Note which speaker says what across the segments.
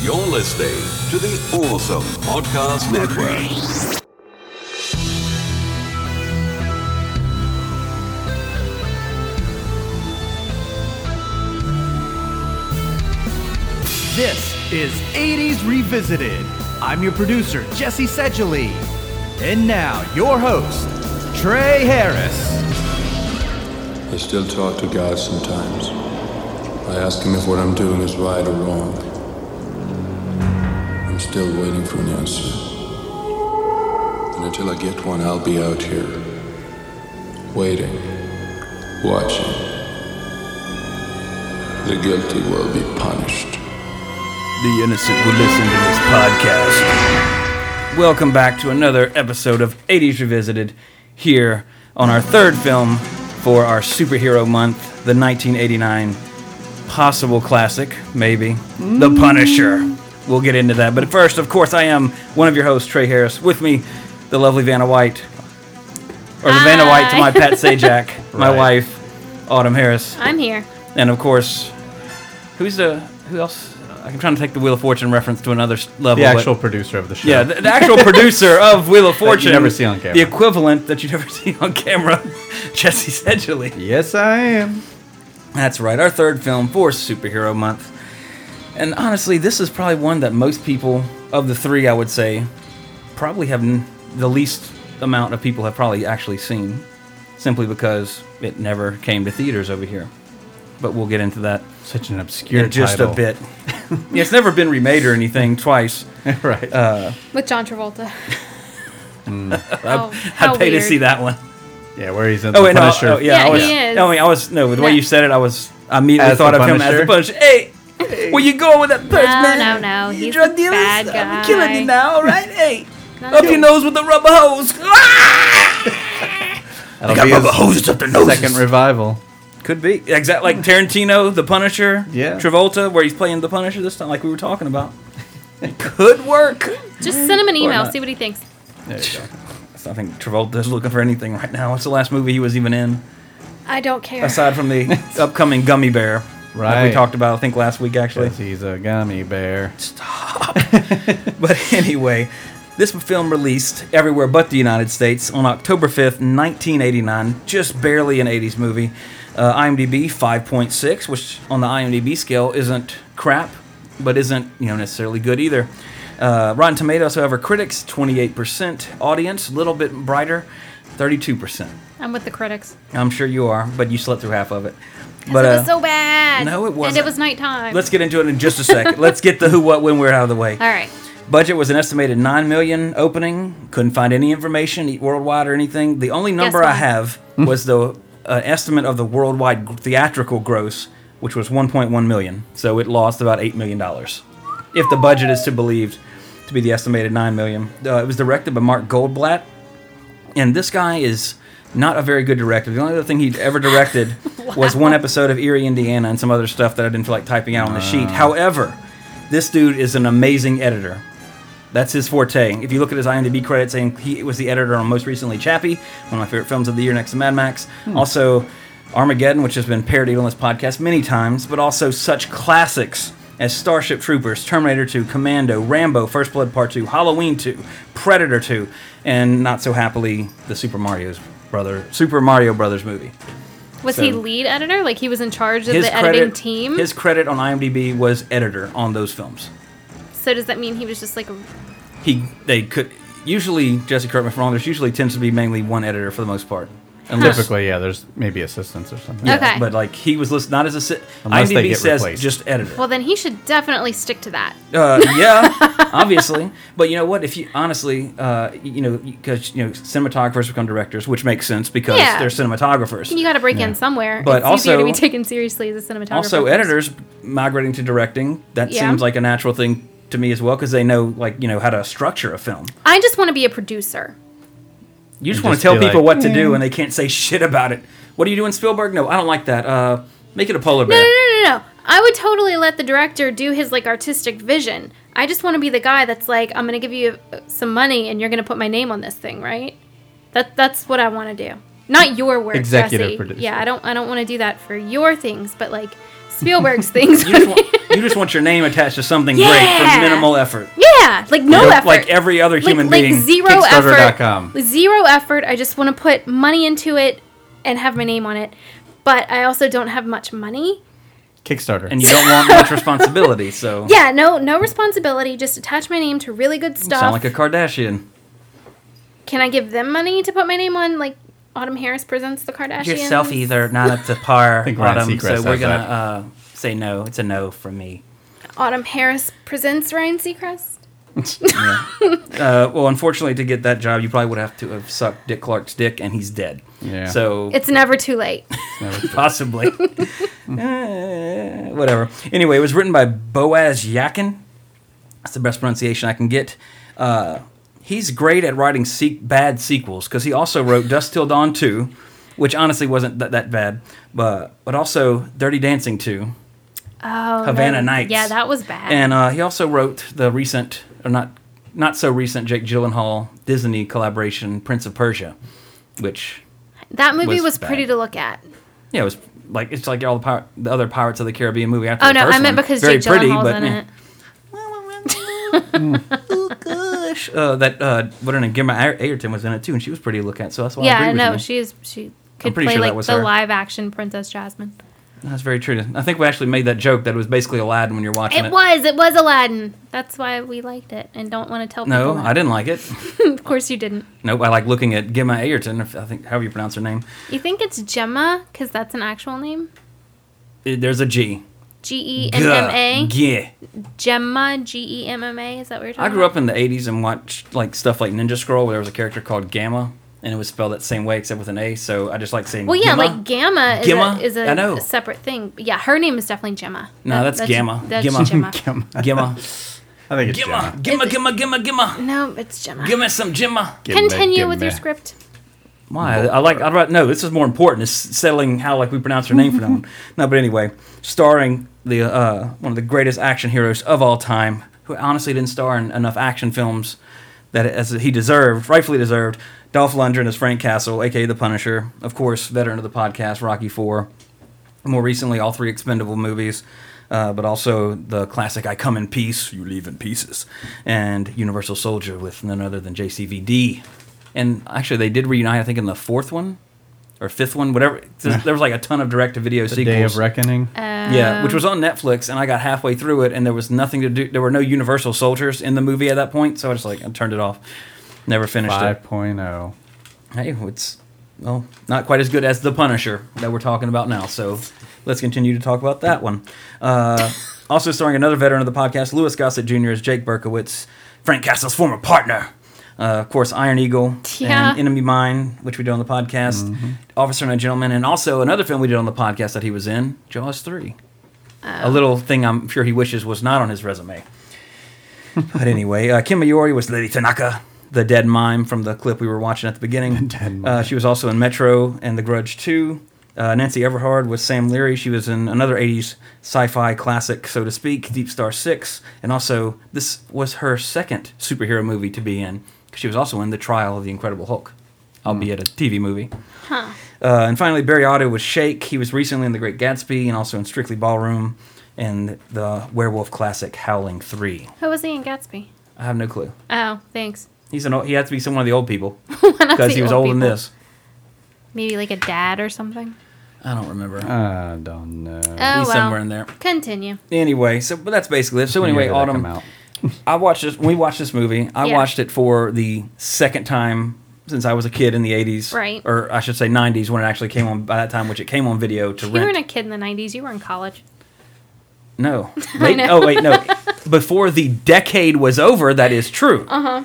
Speaker 1: You're listening to the Awesome Podcast Network.
Speaker 2: This is 80s Revisited. I'm your producer, Jesse Sedgley. And now, your host, Trey Harris.
Speaker 3: I still talk to God sometimes. I ask him if what I'm doing is right or wrong. I'm still waiting for an answer. And until I get one, I'll be out here. Waiting. Watching. The guilty will be punished.
Speaker 4: The innocent will listen to this podcast. Welcome back to another episode of 80s Revisited here on our third film for our superhero month, the 1989 possible classic, maybe, The
Speaker 5: Mm.
Speaker 4: Punisher. We'll get into that. But first, of course, I am one of your hosts, Trey Harris. With me, the lovely Vanna White. Or the Vanna White to my pet Sajak, my
Speaker 2: Right.
Speaker 4: wife, Autumn Harris.
Speaker 6: I'm here.
Speaker 4: And of course, who's the who else? I'm trying to take the Wheel of Fortune reference to another s- level.
Speaker 5: the
Speaker 4: but-
Speaker 5: actual producer of the show.
Speaker 4: yeah, the, the actual producer of Wheel of Fortune.
Speaker 5: never see on camera.
Speaker 4: The equivalent that you never see on camera, Jesse Sedgley.
Speaker 5: yes, I am.
Speaker 4: That's right, our third film for Superhero Month. And honestly, this is probably one that most people of the three, I would say, probably have n- the least amount of people have probably actually seen, simply because it never came to theaters over here. But we'll get into that
Speaker 5: Such an obscure
Speaker 4: in just a
Speaker 5: title.
Speaker 4: bit. yeah, it's never been remade or anything twice.
Speaker 5: right.
Speaker 6: With John Travolta. oh, how
Speaker 4: Mm. I'd pay
Speaker 6: weird.
Speaker 4: to see that one.
Speaker 5: yeah, where he's in
Speaker 4: Oh
Speaker 5: the
Speaker 4: wait, no,
Speaker 5: Punisher.
Speaker 4: oh, yeah,
Speaker 6: Yeah,
Speaker 4: I was,
Speaker 6: he is.
Speaker 4: No, I mean, I was no. The way
Speaker 6: No.
Speaker 4: you said it, I was I immediately
Speaker 5: As the
Speaker 4: thought of him as the
Speaker 5: Punisher?
Speaker 4: Punisher. Hey, where you going with that thirst,
Speaker 6: No,
Speaker 4: man?
Speaker 6: no, no,
Speaker 4: You
Speaker 6: he's
Speaker 4: drug
Speaker 6: a
Speaker 4: dealers?
Speaker 6: bad
Speaker 4: I'm killing you
Speaker 6: guy.
Speaker 4: now, all right? Hey,
Speaker 6: No.
Speaker 4: up your nose with the rubber hose. Ah!
Speaker 5: That'll
Speaker 4: got
Speaker 5: be
Speaker 4: rubber
Speaker 5: his
Speaker 4: hoses up their noses.
Speaker 5: Second revival.
Speaker 4: Could be exactly like Tarantino, the Punisher.
Speaker 5: Yeah.
Speaker 4: Travolta, where he's playing the Punisher this time, like we were talking about. It could work.
Speaker 6: Just send him an email,
Speaker 4: not.
Speaker 6: see what he thinks.
Speaker 5: There you go.
Speaker 4: I think Travolta's looking for anything right now. What's the last movie he was even in?
Speaker 6: I don't care.
Speaker 4: aside from the upcoming gummy bear that we
Speaker 5: Right.
Speaker 4: talked about i think last week actually
Speaker 5: 'Cause he's a gummy bear.
Speaker 4: but anyway this film released everywhere but the united states on october 5th 1989 just barely an 80s movie uh, imdb 5.6 which on the imdb scale isn't crap but isn't you know necessarily good either uh, rotten tomatoes however critics 28% audience a little bit brighter 32%
Speaker 6: I'm with the critics.
Speaker 4: i'm sure you are but you slept through half of it
Speaker 6: But,
Speaker 4: but
Speaker 6: it
Speaker 4: uh,
Speaker 6: was so bad.
Speaker 4: no, it
Speaker 6: And
Speaker 4: wasn't.
Speaker 6: it was nighttime.
Speaker 4: Let's get into it in just a second. Let's get the who, what, when, where out of the way.
Speaker 6: All right.
Speaker 4: Budget was an estimated nine million opening. Couldn't find any information e- worldwide or anything. The only number I
Speaker 6: what?
Speaker 4: have was the uh, estimate of the worldwide g- theatrical gross, which was 1.1 million. So it lost about eight million dollars, if the budget is to believed to be the estimated nine million. Uh, it was directed by Mark Goldblatt, and this guy is not a very good director. The only other thing he'd ever directed was one episode of Erie, Indiana, and some other stuff that I didn't feel like typing out on the sheet. However, this dude is an amazing editor. That's his forte. If you look at his IMDb credits, saying he was the editor on most recently Chappie, one of my favorite films of the year, next to Mad Max.
Speaker 6: Hmm.
Speaker 4: Also, Armageddon, which has been parodied on this podcast many times, but also such classics as Starship Troopers, Terminator 2, Commando, Rambo, First Blood Part 2, Halloween 2, Predator 2, and not so happily the Super Mario's brother Super Mario Brothers movie.
Speaker 6: Was
Speaker 4: So-
Speaker 6: he lead editor? Like he was in charge of the editing team?
Speaker 4: his credit on IMDb was editor on those films.
Speaker 6: so does that mean he was just like a
Speaker 4: he they could usually Jesse correct me if I'm wrong. There's usually tends to be mainly one editor for the most part, unless
Speaker 5: Typically, yeah, there's maybe assistants or something.
Speaker 6: Okay.
Speaker 4: but like he was listed not as a si-
Speaker 5: Unless they
Speaker 4: IMDb
Speaker 5: get
Speaker 4: says
Speaker 5: replaced.
Speaker 4: just editor.
Speaker 6: Well, then he should definitely stick to that.
Speaker 4: Uh, yeah, obviously. But you know what? If you honestly, uh, you know, because you know, cinematographers become directors, which makes sense because
Speaker 6: Yeah.
Speaker 4: they're cinematographers.
Speaker 6: You got to break in somewhere.
Speaker 4: But
Speaker 6: it's easier to be
Speaker 4: also-
Speaker 6: taken seriously as a cinematographer.
Speaker 4: also
Speaker 6: first.
Speaker 4: editors migrating to directing that
Speaker 6: Yeah.
Speaker 4: seems like a natural thing to me as well because they know like you know how to structure a film
Speaker 6: I just want to be a producer.
Speaker 4: You just
Speaker 5: And
Speaker 4: want to
Speaker 5: just
Speaker 4: tell
Speaker 5: be
Speaker 4: people
Speaker 5: like, "Hmm."
Speaker 4: what to do, and they can't say shit about it. What are you doing, Spielberg? No, I don't like that. Uh, make it a polar bear.
Speaker 6: No, no, no, no. I would totally let the director do his like artistic vision. I just want to be the guy that's like, I'm gonna give you uh, some money and you're gonna put my name on this thing, right? That that's what I want to do. Not your work,
Speaker 5: Executive
Speaker 6: Jesse.
Speaker 5: producer.
Speaker 6: Yeah, I don't I don't want to do that for your things, but like Spielberg's things.
Speaker 4: You just, want, you just want your name attached to something great
Speaker 6: Yeah.
Speaker 4: for minimal effort.
Speaker 6: yeah, like no
Speaker 4: You know,
Speaker 6: effort.
Speaker 4: Like every other human
Speaker 6: like,
Speaker 4: being.
Speaker 6: Like zero
Speaker 5: Kickstarter.com.
Speaker 6: effort. Zero effort. I just want to put money into it and have my name on it. But I also don't have much money.
Speaker 5: Kickstarter.
Speaker 4: and you don't want much responsibility, so.
Speaker 6: Yeah, no, no responsibility. Just attach my name to really good stuff.
Speaker 4: Sound like a Kardashian.
Speaker 6: Can I give them money to put my name on? Like Autumn Harris presents the Kardashians.
Speaker 4: Your selfies are not up to par,
Speaker 5: think Ryan
Speaker 4: Autumn, so
Speaker 5: Seacrest
Speaker 4: we're
Speaker 5: has
Speaker 4: gonna
Speaker 5: that.
Speaker 4: uh, say no. It's a no from me.
Speaker 6: Autumn Harris presents Ryan Seacrest.
Speaker 4: Uh, well, unfortunately, to get that job, you probably would have to have sucked Dick Clark's dick, and he's dead.
Speaker 5: Yeah.
Speaker 4: So
Speaker 6: It's never too late.
Speaker 4: possibly, Eh, whatever. Anyway, it was written by Boaz Yakin. That's the best pronunciation I can get. Uh, he's great at writing se- bad sequels because he also wrote Dust Till Dawn two, which honestly wasn't th- that bad, but but also Dirty Dancing two.
Speaker 6: Oh,
Speaker 4: Havana
Speaker 6: no.
Speaker 4: Nights.
Speaker 6: Yeah, that was bad.
Speaker 4: And uh, he also wrote the recent, or not not so recent, Jake Gyllenhaal Disney collaboration, Prince of Persia, which
Speaker 6: that movie
Speaker 4: was
Speaker 6: was,
Speaker 4: bad.
Speaker 6: pretty to look at.
Speaker 4: yeah, it was like it's like all the, Pir- the other Pirates of the Caribbean movie after
Speaker 6: Oh
Speaker 4: the
Speaker 6: no,
Speaker 4: first
Speaker 6: I meant
Speaker 4: one.
Speaker 6: because
Speaker 4: Very
Speaker 6: Jake
Speaker 4: pretty,
Speaker 6: Gyllenhaal's
Speaker 4: but
Speaker 6: in
Speaker 4: eh.
Speaker 6: it.
Speaker 4: gosh, uh, that uh, what her name, Gemma Ay- Ayrton was in it too, and she was pretty to look at. So that's why I
Speaker 6: yeah,
Speaker 4: agree
Speaker 6: I
Speaker 4: with
Speaker 6: know
Speaker 4: you.
Speaker 6: she is. She could
Speaker 4: pretty
Speaker 6: play
Speaker 4: sure that
Speaker 6: like
Speaker 4: was
Speaker 6: the
Speaker 4: her.
Speaker 6: live action Princess Jasmine.
Speaker 4: That's very true. I think we actually made that joke that it was basically Aladdin when you're watching it.
Speaker 6: It was. It was Aladdin. That's why we liked it and don't want to tell people.
Speaker 4: No,
Speaker 6: that.
Speaker 4: I didn't like it.
Speaker 6: Of course you didn't.
Speaker 4: Nope, I like looking at Gemma Ayrton. If, I think however you pronounce her name.
Speaker 6: You think it's Gemma because that's an actual name?
Speaker 4: Eh, There's a G.
Speaker 6: G E M M A.
Speaker 4: Yeah.
Speaker 6: Gemma. G E M M A. Is that what you're talking?
Speaker 4: I grew up in the 80s and watched like stuff like Ninja Scroll where there was a character called Gamma and it was spelled that same way except with an A so I just like saying
Speaker 6: Well, yeah,
Speaker 4: Gamma.
Speaker 6: like Gamma is
Speaker 4: Gemma?
Speaker 6: a, is a
Speaker 4: I know.
Speaker 6: separate thing. But yeah, her name is definitely Gemma.
Speaker 4: No, that's Gamma.
Speaker 6: That's
Speaker 4: Gemma.
Speaker 6: Gemma.
Speaker 5: Come on.
Speaker 4: Gimma.
Speaker 5: I think it's
Speaker 4: Gimma.
Speaker 5: Gemma.
Speaker 4: Gimma, Gimma, Gimma, Gimma.
Speaker 6: No, it's Gemma.
Speaker 4: Give me some Gimma.
Speaker 5: Give me-
Speaker 6: Continue
Speaker 5: give
Speaker 6: with your
Speaker 5: me.
Speaker 6: script.
Speaker 4: Why? I, I like, I'd rather, no, this is more important. It's settling how like we pronounce her name for that one. No, but anyway, starring the uh, one of the greatest action heroes of all time who honestly didn't star in enough action films that as he deserved, rightfully deserved. Dolph Lundgren as Frank Castle, aka the Punisher, of course, veteran of the podcast, Rocky Four. more recently all three expendable movies uh, but also the classic i come in peace you leave in pieces and universal soldier with none other than jcvd and actually they did reunite i think in the fourth one or fifth one whatever there there was like a ton of direct-to-video
Speaker 5: The
Speaker 4: sequels
Speaker 5: Day of Reckoning.
Speaker 4: yeah which was on netflix and i got halfway through it and there was nothing to do there were no universal soldiers in the movie at that point so i just like I turned it off never finished it
Speaker 5: 5.0.
Speaker 4: hey, it's well, not quite as good as the Punisher that we're talking about now. So let's continue to talk about that one. Uh, also starring another veteran of the podcast, Lewis Gossett Jr. as Jake Berkowitz, Frank Castle's former partner. Uh, of course, Iron Eagle
Speaker 6: Yeah.
Speaker 4: and Enemy Mine, which we did on the podcast, Officer and a Gentleman, and also another film we did on the podcast that he was in, Jaws 3. A little thing I'm sure he wishes was not on his resume. But anyway, uh, Kim Miyori was Lady Tanaka, the dead mime from the clip we were watching at the beginning. Uh, she was also in Metro and The Grudge 2. Uh, Nancy Everhard was Sam Leary. She was in another 80s sci fi classic, so to speak, Deep Star 6. And also, this was her second superhero movie to be in. 'cause She was also in The Trial of the Incredible Hulk, albeit a TV movie. Uh, and finally, Barry Otto was Shake. He was recently in The Great Gatsby and also in Strictly Ballroom and the werewolf classic Howling 3.
Speaker 6: Who was he in Gatsby?
Speaker 4: I have no clue.
Speaker 6: Oh, thanks.
Speaker 4: He's an old, he had to be some one of the old people
Speaker 6: One of
Speaker 4: because
Speaker 6: the
Speaker 4: he was old in
Speaker 6: people.
Speaker 4: this.
Speaker 6: Maybe like a dad or something.
Speaker 4: I don't remember.
Speaker 5: I don't know.
Speaker 6: Oh
Speaker 4: Uh, He's
Speaker 6: well.
Speaker 4: somewhere in there.
Speaker 6: Continue.
Speaker 4: Anyway, so but that's basically it. So anyway,
Speaker 5: Year that come
Speaker 4: Autumn,
Speaker 5: out.
Speaker 4: I watched this. We watched this movie. I
Speaker 6: Yeah.
Speaker 4: watched it for the second time since I was a kid in the '80s,
Speaker 6: Right.
Speaker 4: Or I should say '90s when it actually came on. By that time, which it came on video to
Speaker 6: You
Speaker 4: rent.
Speaker 6: weren't a kid in the '90s. You were in college.
Speaker 4: no, wait, oh wait, no. Before the decade was over, that is true. Uh
Speaker 6: Uh-huh.
Speaker 4: huh.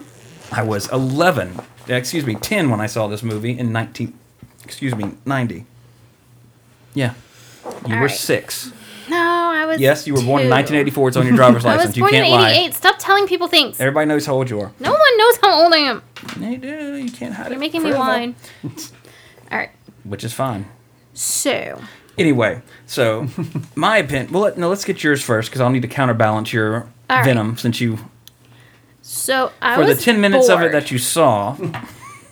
Speaker 4: I was 11. Excuse me, 10 when I saw this movie in 19. Excuse me, 90. Yeah, you
Speaker 6: All
Speaker 4: were
Speaker 6: right.
Speaker 4: six.
Speaker 6: No, I was.
Speaker 4: Yes, you were born in
Speaker 6: two.
Speaker 4: 1984. It's on your driver's
Speaker 6: I
Speaker 4: license.
Speaker 6: was
Speaker 4: you
Speaker 6: born in
Speaker 4: can't lie.
Speaker 6: '88. Stop telling people things.
Speaker 4: Everybody knows how old you are.
Speaker 6: No one knows how old I am.
Speaker 4: You do, you can't hide it.
Speaker 6: You're making me
Speaker 4: forever.
Speaker 6: whine. All right.
Speaker 4: Which is fine.
Speaker 6: So,
Speaker 4: Anyway, so my opinion. Well, let, no, let's get yours first because I'll need to counterbalance your
Speaker 6: All right.
Speaker 4: venom since you
Speaker 6: so I
Speaker 4: for
Speaker 6: was
Speaker 4: the 10 minutes of it
Speaker 6: bored.
Speaker 4: that you saw.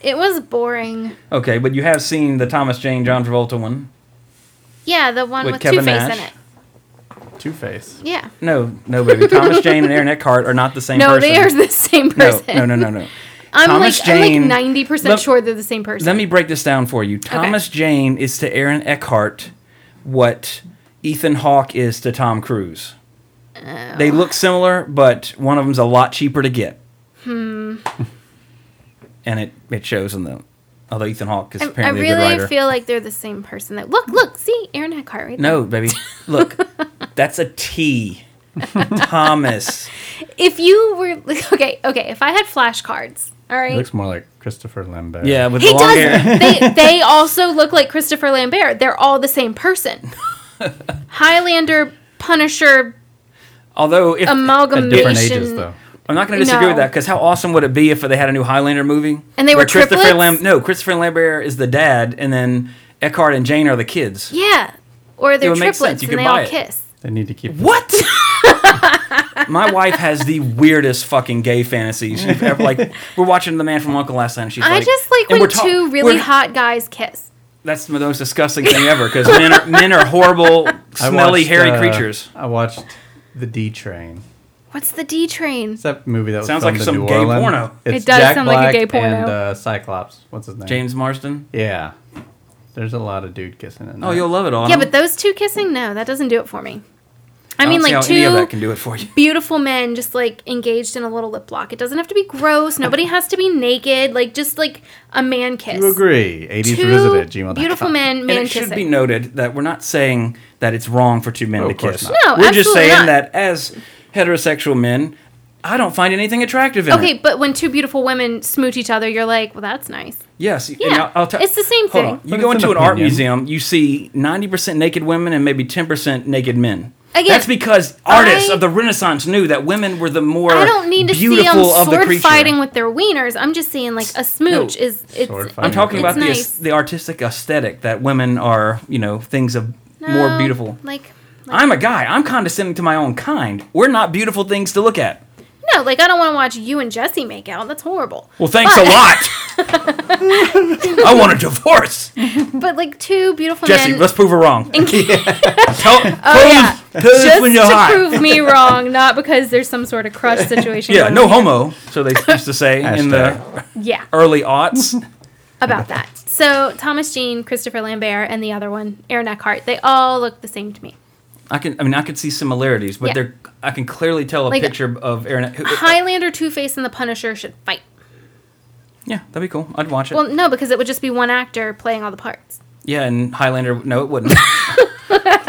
Speaker 6: it was boring.
Speaker 4: Okay, but you have seen the Thomas Jane John Travolta one
Speaker 6: Yeah, the one
Speaker 4: with,
Speaker 6: with, Two
Speaker 4: Kevin
Speaker 6: Face
Speaker 4: Nash.
Speaker 6: in it.
Speaker 5: Two Face.
Speaker 6: Yeah.
Speaker 4: No, no, baby. Thomas Jane and Aaron Eckhart are not the same
Speaker 6: No,
Speaker 4: person.
Speaker 6: they are the same
Speaker 4: No,
Speaker 6: person.
Speaker 4: no, no, no, no.
Speaker 6: I'm
Speaker 4: Thomas
Speaker 6: like
Speaker 4: Jane-
Speaker 6: I'm like 90%
Speaker 4: Let-
Speaker 6: sure they're the same person.
Speaker 4: Let me break this down for you. Thomas Jane is to Aaron Eckhart what Ethan Hawke is to Tom Cruise.
Speaker 6: Oh.
Speaker 4: They look similar, but one of them's a lot cheaper to get. Hmm. and it, it shows in the. Although Ethan Hawke is
Speaker 6: I, I
Speaker 4: apparently a good
Speaker 6: really
Speaker 4: writer.
Speaker 6: feel like they're the same person. That look, look, see Aaron Eckhart right
Speaker 4: no, baby. Look, that's a T. Thomas.
Speaker 6: there. If you were okay, okay, if I had flashcards, all
Speaker 5: He
Speaker 6: right.
Speaker 5: looks more like Christopher Lambert.
Speaker 4: Yeah, with
Speaker 6: he
Speaker 4: the long hair.
Speaker 6: does. they they also look like Christopher Lambert. They're all the same person. Highlander, Punisher,
Speaker 4: Although, if,
Speaker 5: At
Speaker 6: amalgamation.
Speaker 5: different ages, though.
Speaker 4: I'm not going to disagree
Speaker 6: No.
Speaker 4: with that because how awesome would it be if they had a new Highlander movie
Speaker 6: And they were
Speaker 4: where Christopher
Speaker 6: triplets?
Speaker 4: Lam- no Christopher Lambert is the dad and then Eckhart and Jane are the kids.
Speaker 6: Yeah, or they're
Speaker 4: would make
Speaker 6: triplets
Speaker 4: sense. You
Speaker 6: and
Speaker 4: could
Speaker 6: they
Speaker 4: buy
Speaker 6: all
Speaker 4: it.
Speaker 6: kiss.
Speaker 5: They need to keep.
Speaker 4: What? My wife has the weirdest fucking gay fantasies you've ever like. We're watching The Man from Uncle last night. And she's
Speaker 6: I
Speaker 4: like,
Speaker 6: just like
Speaker 4: and
Speaker 6: when
Speaker 4: we're ta-
Speaker 6: two really
Speaker 4: we're-
Speaker 6: hot guys kiss.
Speaker 4: That's the most disgusting thing ever because men are men are horrible,
Speaker 5: I
Speaker 4: smelly,
Speaker 5: watched,
Speaker 4: hairy
Speaker 5: uh,
Speaker 4: creatures.
Speaker 5: I watched The D Train.
Speaker 6: What's the D train?
Speaker 5: It's that movie that was
Speaker 4: Sounds like
Speaker 5: filmed in
Speaker 4: some
Speaker 5: New
Speaker 4: gay
Speaker 5: Orleans.
Speaker 4: porno.
Speaker 5: It's
Speaker 6: It does
Speaker 5: Jack
Speaker 6: sound like a
Speaker 5: Black
Speaker 6: gay porno.
Speaker 5: And uh, Cyclops. What's his name?
Speaker 4: James Marsden.
Speaker 5: Yeah. There's a lot of dude kissing in
Speaker 4: Oh,
Speaker 5: that.
Speaker 4: you'll love it all.
Speaker 6: Yeah, but those two kissing, no, that doesn't do it for me. I,
Speaker 4: don't
Speaker 6: mean,
Speaker 4: see
Speaker 6: like
Speaker 4: how any of that can
Speaker 6: two
Speaker 4: do it for you.
Speaker 6: beautiful men just like engaged in a little lip lock. It doesn't have to be gross. Nobody has to be naked. Like just like a man kiss.
Speaker 5: You agree. 80s
Speaker 6: Two
Speaker 5: Revisited, gmail.com.
Speaker 6: beautiful men, man
Speaker 4: and it
Speaker 6: kissing.
Speaker 4: should be noted that we're not saying that it's wrong for two men
Speaker 5: Oh, Of
Speaker 4: to
Speaker 5: course
Speaker 4: kiss.
Speaker 5: not.
Speaker 6: No,
Speaker 4: we're just
Speaker 6: absolutely
Speaker 4: saying
Speaker 6: not.
Speaker 4: that as heterosexual men, I don't find anything attractive in
Speaker 6: okay,
Speaker 4: it.
Speaker 6: but when two beautiful women smooch each other, you're like, well, that's nice.
Speaker 4: Yes, and
Speaker 6: Yeah,
Speaker 4: I'll tell-
Speaker 6: it's the same
Speaker 4: hold
Speaker 6: thing.
Speaker 4: on.
Speaker 6: But
Speaker 4: You
Speaker 5: it's
Speaker 4: go
Speaker 5: an
Speaker 4: into an art
Speaker 5: opinion.
Speaker 4: museum, you see ninety percent naked women and maybe ten percent naked men.
Speaker 6: Again,
Speaker 4: That's because artists
Speaker 6: I-
Speaker 4: of the Renaissance knew that women were the more
Speaker 6: I don't need to see
Speaker 4: beautiful
Speaker 6: them
Speaker 4: of the
Speaker 6: sword
Speaker 4: creature.
Speaker 6: fighting with their wieners. I'm just saying, like a smooch
Speaker 4: No.
Speaker 6: is it's.
Speaker 5: Sword fight.
Speaker 4: I'm talking
Speaker 6: It's
Speaker 4: about the,
Speaker 6: nice.
Speaker 4: aes- the artistic aesthetic that women are, you know, things of more
Speaker 6: no,
Speaker 4: beautiful.
Speaker 6: Um, Like, like
Speaker 4: I'm a guy. I'm condescending to my own kind. We're not beautiful things to look at.
Speaker 6: no, like I don't want to watch you and Jesse make out. That's horrible.
Speaker 4: Well, thanks a lot. I want a divorce.
Speaker 6: But like two beautiful
Speaker 4: Jesse,
Speaker 6: men.
Speaker 4: let's prove her wrong. Tell,
Speaker 6: oh
Speaker 4: prove-
Speaker 6: yeah,
Speaker 4: prove
Speaker 6: just
Speaker 4: when you're
Speaker 6: to
Speaker 4: hot.
Speaker 6: prove me wrong, not because there's some sort of crush situation.
Speaker 4: Yeah,
Speaker 6: going
Speaker 4: no
Speaker 6: on.
Speaker 4: homo. So they used to say in the
Speaker 5: Hashtag.
Speaker 6: Yeah,
Speaker 4: early aughts.
Speaker 6: about that. So Thomas Jean, Christopher Lambert, and the other one, Aaron Eckhart, they all look the same to me.
Speaker 4: I can, I mean, I could see similarities, but
Speaker 6: Yeah.
Speaker 4: they're, I can clearly tell a
Speaker 6: Like, uh,
Speaker 4: picture of Aaron. Who,
Speaker 6: Highlander, Two Face, and the Punisher should fight.
Speaker 4: yeah, that'd be cool. I'd watch it.
Speaker 6: Well, no, because it would just be one actor playing all the parts.
Speaker 4: yeah, and Highlander. No, it wouldn't.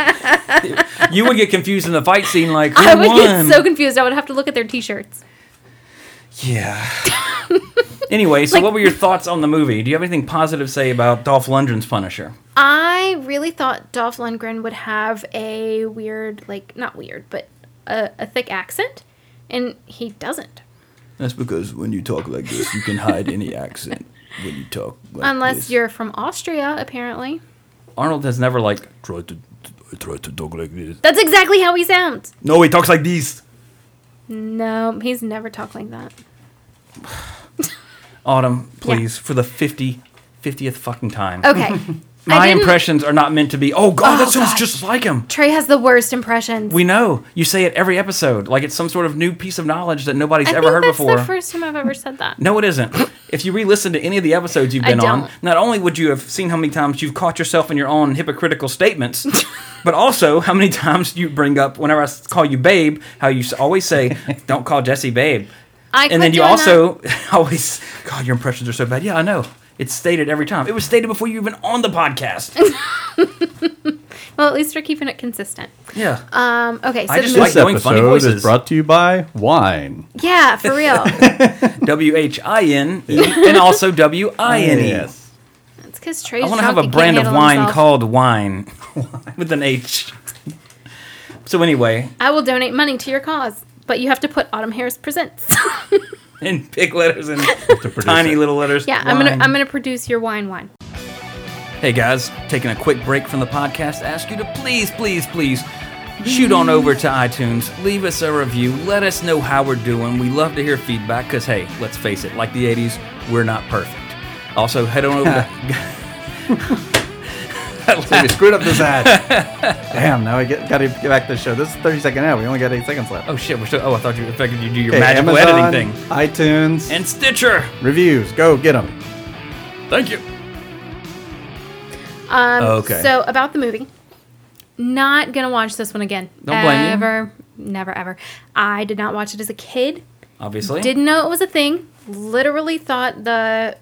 Speaker 4: you would get confused in the fight scene, like who
Speaker 6: I would
Speaker 4: won?
Speaker 6: get so confused. I would have to look at their T-shirts.
Speaker 4: Yeah. anyway, so what were your thoughts on the movie? Do you have anything positive to say about Dolph Lundgren's Punisher?
Speaker 6: I really thought Dolph Lundgren would have a weird, like not weird, but a, a thick accent, and he doesn't.
Speaker 4: That's because when you talk like this, you can hide any accent when you talk. Like
Speaker 6: Unless you're from Austria, apparently.
Speaker 4: Arnold has never like.
Speaker 7: try to I try to talk like this.
Speaker 6: That's exactly how he sounds.
Speaker 7: No, he talks like this.
Speaker 6: No, he's never talked like that.
Speaker 4: Autumn, please, for the 50, 50th fucking time.
Speaker 6: Okay.
Speaker 4: My
Speaker 6: didn't-
Speaker 4: impressions are not meant to be. Oh God, that
Speaker 6: Oh,
Speaker 4: sounds
Speaker 6: God.
Speaker 4: just like him.
Speaker 6: Trey has the worst impressions.
Speaker 4: We know you say it every episode, like it's some sort of new piece of knowledge that nobody's
Speaker 6: I
Speaker 4: ever
Speaker 6: think
Speaker 4: heard
Speaker 6: that's
Speaker 4: before.
Speaker 6: the first time I've ever said that.
Speaker 4: No, it isn't. If you re-listen to any of the episodes you've
Speaker 6: I
Speaker 4: been on,
Speaker 6: don't.
Speaker 4: not only would you have seen how many times you've caught yourself in your own hypocritical statements, but also how many times you bring up whenever I s- call you babe, how you s- always say, "Don't call Jesse babe,"
Speaker 6: I quit
Speaker 4: and then you
Speaker 6: doing that.
Speaker 4: also always, God, your impressions are so bad. Yeah, I know. It's stated every time. It was stated before you even on the podcast.
Speaker 6: Well, at least we're keeping it consistent.
Speaker 4: yeah.
Speaker 6: Um, okay, so
Speaker 4: I just
Speaker 6: the
Speaker 4: like
Speaker 5: This
Speaker 6: movie-
Speaker 4: doing funny
Speaker 5: episode
Speaker 4: voices.
Speaker 5: is brought to you by wine.
Speaker 6: yeah, for real.
Speaker 4: W H I N E and also W I N E.
Speaker 6: It's because Trey's
Speaker 4: I want to
Speaker 6: drunk
Speaker 4: have a
Speaker 6: and can't
Speaker 4: brand of
Speaker 6: handle
Speaker 4: wine
Speaker 6: himself.
Speaker 4: called wine with an H. So anyway,
Speaker 6: I will donate money to your cause, but you have to put Autumn Harris presents.
Speaker 4: in big letters and
Speaker 5: to produce
Speaker 4: tiny
Speaker 5: it.
Speaker 4: little letters.
Speaker 6: yeah, I'm gonna
Speaker 4: Wine.
Speaker 6: I'm gonna produce your wine wine.
Speaker 4: Hey guys, taking a quick break from the podcast. Ask you to please, please, please shoot
Speaker 6: Mm-hmm.
Speaker 4: on over to iTunes, leave us a review, let us know how we're doing. We love to hear feedback because hey, let's face it, like the '80s, we're not perfect. Also, head on over. to...
Speaker 5: So you screwed up this ad. Damn, now I get, gotta get back to the show. This is a 30 second ad. We only got 8 seconds left.
Speaker 4: Oh shit! We're still. Oh, I thought you expected you to do your
Speaker 5: Okay,
Speaker 4: magical
Speaker 5: Amazon,
Speaker 4: editing thing.
Speaker 5: iTunes,
Speaker 4: And Stitcher.
Speaker 5: reviews. Go get them.
Speaker 4: Thank you.
Speaker 6: Um,
Speaker 4: Okay.
Speaker 6: So about the movie, not gonna watch this one again.
Speaker 4: Don't blame you.
Speaker 6: ever, never, ever. I did not watch it as a kid.
Speaker 4: Obviously.
Speaker 6: Didn't know it was a thing. Literally thought the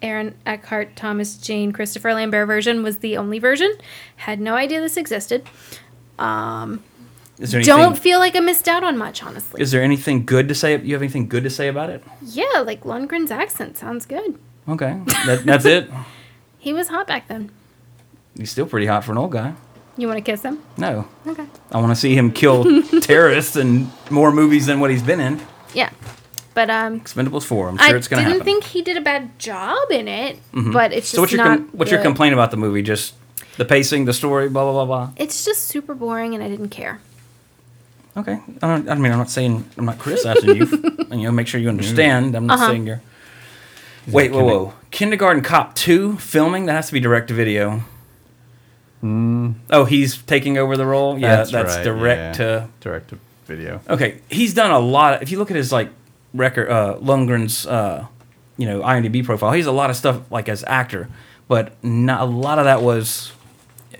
Speaker 6: Aaron Eckhart, Thomas Jane, Christopher Lambert version was the only version. Had no idea this existed.
Speaker 4: is there anything,
Speaker 6: Don't feel like I missed out on much, honestly.
Speaker 4: Is there anything good to say? You have anything good to say about it?
Speaker 6: yeah, like Lundgren's accent sounds good.
Speaker 4: Okay, that, that's it.
Speaker 6: He was hot back then.
Speaker 4: He's still pretty hot for an old guy.
Speaker 6: You want to kiss him?
Speaker 4: No,
Speaker 6: Okay.
Speaker 4: I want to see him kill terrorists in more movies than what he's been in.
Speaker 6: Yeah, but um,
Speaker 4: Expendables four. I'm sure
Speaker 6: I
Speaker 4: it's gonna
Speaker 6: didn't
Speaker 4: happen. Mm-hmm.
Speaker 6: think he did a bad job in it, but it's just
Speaker 4: so what's your
Speaker 6: not.
Speaker 4: com- what's your
Speaker 6: good.
Speaker 4: complaint about the movie? Just the pacing, the story, blah blah blah
Speaker 6: It's just super boring, and I didn't care.
Speaker 4: blah. Okay, I, don't, I mean I'm not saying I'm not criticizing you, and you know make sure you understand. I'm not saying you're. Wait, whoa, whoa! Kindergarten Cop two filming that has to be direct to video. Oh, he's taking over the role. Yeah, that's,
Speaker 5: Hmm. right,
Speaker 4: direct
Speaker 5: yeah.
Speaker 4: to
Speaker 5: direct to video.
Speaker 4: Okay, he's done a lot. Of, if you look at his like record, uh, Lundgren's, uh, you know, IMDb profile, he's a lot of stuff like as actor, but not a lot of that was,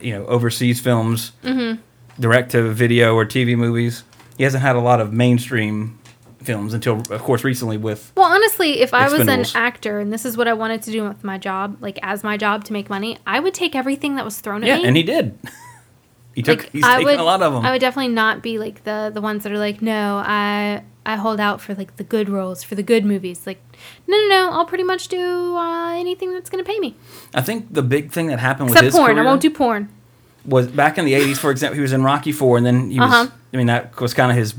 Speaker 4: you know, overseas films,
Speaker 6: Mm-hmm.
Speaker 4: direct to video or TV movies. He hasn't had a lot of mainstream films until, of course, recently with.
Speaker 6: Well, honestly, if I was an
Speaker 4: Expendables.
Speaker 6: actor and this is what I wanted to do with my job, like as my job to make money, I would take everything that was thrown at
Speaker 4: Yeah,
Speaker 6: me.
Speaker 4: and he did. he took.
Speaker 6: Like,
Speaker 4: he's taken
Speaker 6: would,
Speaker 4: a lot of them.
Speaker 6: I would definitely not be like the the ones that are like, no, I I hold out for like the good roles for the good movies. Like, no, no, no, I'll pretty much do uh, anything that's gonna pay me,
Speaker 4: I think the big thing that happened with
Speaker 6: except
Speaker 4: his
Speaker 6: porn.
Speaker 4: career
Speaker 6: I won't do porn.
Speaker 4: was back in the eighties. For example, he was in Rocky Four, and then he was.
Speaker 6: Uh-huh.
Speaker 4: I mean, that was kind of his.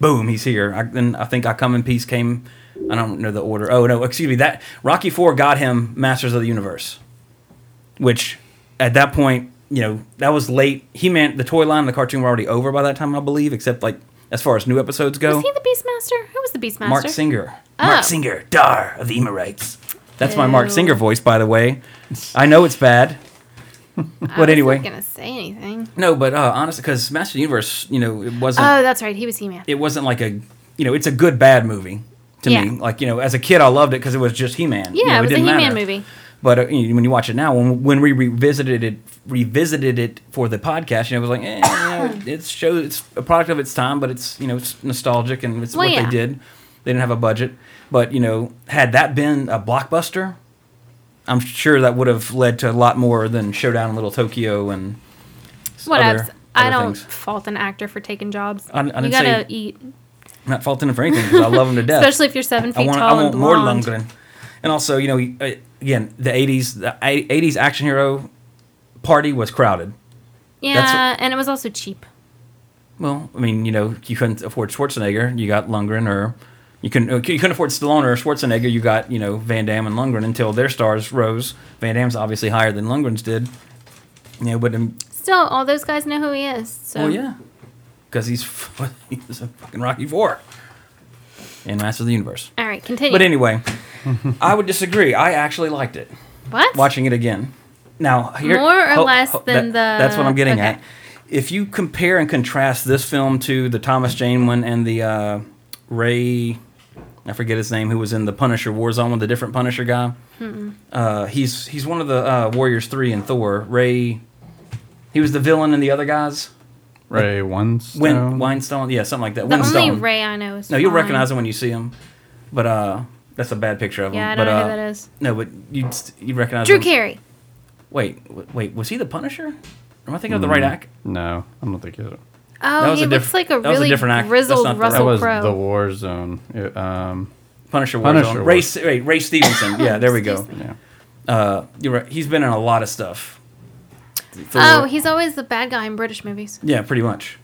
Speaker 4: Boom! He's here. I, then I think I Come in Peace came. I don't know the order. Oh no, excuse me. That Rocky Four got him Masters of the Universe, which at that point, you know, that was late. He meant the toy line, and the cartoon were already over by that time, I believe. Except like as far as new episodes go,
Speaker 6: Was he the Beastmaster? Who was the Beastmaster?
Speaker 4: Mark Singer.
Speaker 6: Oh.
Speaker 4: Mark Singer, Dar of the Emirates. That's my Mark
Speaker 6: Ew.
Speaker 4: Singer voice, by the way. I know it's bad. but
Speaker 6: I
Speaker 4: anyway,
Speaker 6: wasn't gonna say anything.
Speaker 4: no, but uh, honestly, because Master of the Universe, you know, it wasn't.
Speaker 6: Oh, that's right. He was He Man.
Speaker 4: it wasn't like a, you know, it's a good bad movie to
Speaker 6: Yeah.
Speaker 4: me. Like you know, as a kid, I loved it because it was just He Man.
Speaker 6: Yeah, it was a He-Man movie.
Speaker 4: But uh, you know, when you watch it now, when, when we revisited it, revisited it for the podcast, you know, it was like, eh, you know, it's show, it's a product of its time, but it's you know, it's nostalgic and it's
Speaker 6: Well,
Speaker 4: what
Speaker 6: yeah.
Speaker 4: they did. They didn't have a budget, but you know, had that been a blockbuster, I'm sure that would have led to a lot more than Showdown in Little Tokyo and s-
Speaker 6: What
Speaker 4: other-
Speaker 6: else? I
Speaker 4: other
Speaker 6: don't
Speaker 4: things.
Speaker 6: fault an actor for taking jobs.
Speaker 4: I- I didn't
Speaker 6: you gotta
Speaker 4: say-
Speaker 6: eat,
Speaker 4: not faulting him for anything because I love him to death.
Speaker 6: especially if you're seven feet
Speaker 4: I want,
Speaker 6: tall
Speaker 4: I want
Speaker 6: and
Speaker 4: more
Speaker 6: blonde.
Speaker 4: Lundgren. And also, you know, he- uh, again, the 80s, the i- 80s action hero party was crowded.
Speaker 6: yeah, and it was also cheap.
Speaker 4: Well, I mean, you know, you couldn't afford Schwarzenegger, you got Lundgren, or you couldn't uh, you couldn't afford Stallone or Schwarzenegger, you got you know Van Damme and Lundgren until their stars rose. Van Damme's obviously higher than Lundgren's did. You know, but um,
Speaker 6: Still, all those guys know who he is. So
Speaker 4: well, yeah, because he's f- he's a fucking Rocky Four and Master of the Universe.
Speaker 6: All right, continue.
Speaker 4: But anyway, I would disagree. I actually liked it.
Speaker 6: what?
Speaker 4: watching it again. Now, here,
Speaker 6: More or less than the-
Speaker 4: That's what I'm getting
Speaker 6: okay.
Speaker 4: at. If you compare and contrast this film to the Thomas Jane one and the uh, Ray, I forget his name, who was in the Punisher War Zone with the different Punisher guy. Uh, he's he's one of the uh, Warriors Three in Thor. Ray, he was the villain in the other guys.
Speaker 5: Ray Winstone.
Speaker 4: Win, Winestone, yeah, something like that.
Speaker 6: the only
Speaker 4: Winstone.
Speaker 6: Ray I know is
Speaker 4: no, you'll
Speaker 6: Fawn.
Speaker 4: recognize him when you see him, but uh, that's a bad picture of him.
Speaker 6: Yeah, I
Speaker 4: but,
Speaker 6: don't know
Speaker 4: uh,
Speaker 6: who that is.
Speaker 4: No, but you you recognize
Speaker 6: Drew
Speaker 4: him.
Speaker 6: Carey.
Speaker 4: Wait, w- wait, was he the Punisher? Am I thinking of the right act?
Speaker 5: No, I don't think it's.
Speaker 6: Oh,
Speaker 4: was
Speaker 6: he
Speaker 4: a
Speaker 6: looks
Speaker 4: diff-
Speaker 6: like a
Speaker 4: that was a
Speaker 6: really
Speaker 4: different act. That's not
Speaker 6: grizzled
Speaker 4: the-
Speaker 5: That
Speaker 6: Russell
Speaker 5: was the
Speaker 6: Crowe.
Speaker 5: War Zone. It,
Speaker 8: Uh,
Speaker 5: um,
Speaker 4: Punisher.
Speaker 5: Punisher
Speaker 4: Warzone.
Speaker 5: War-
Speaker 4: Ray, Se- wait, Ray Stevenson. yeah, there we go.
Speaker 6: Excuse
Speaker 5: yeah.
Speaker 4: Uh, you're right. He's been in a lot of stuff. Thor-
Speaker 6: Oh, he's always the bad guy in British movies.
Speaker 4: yeah, pretty much.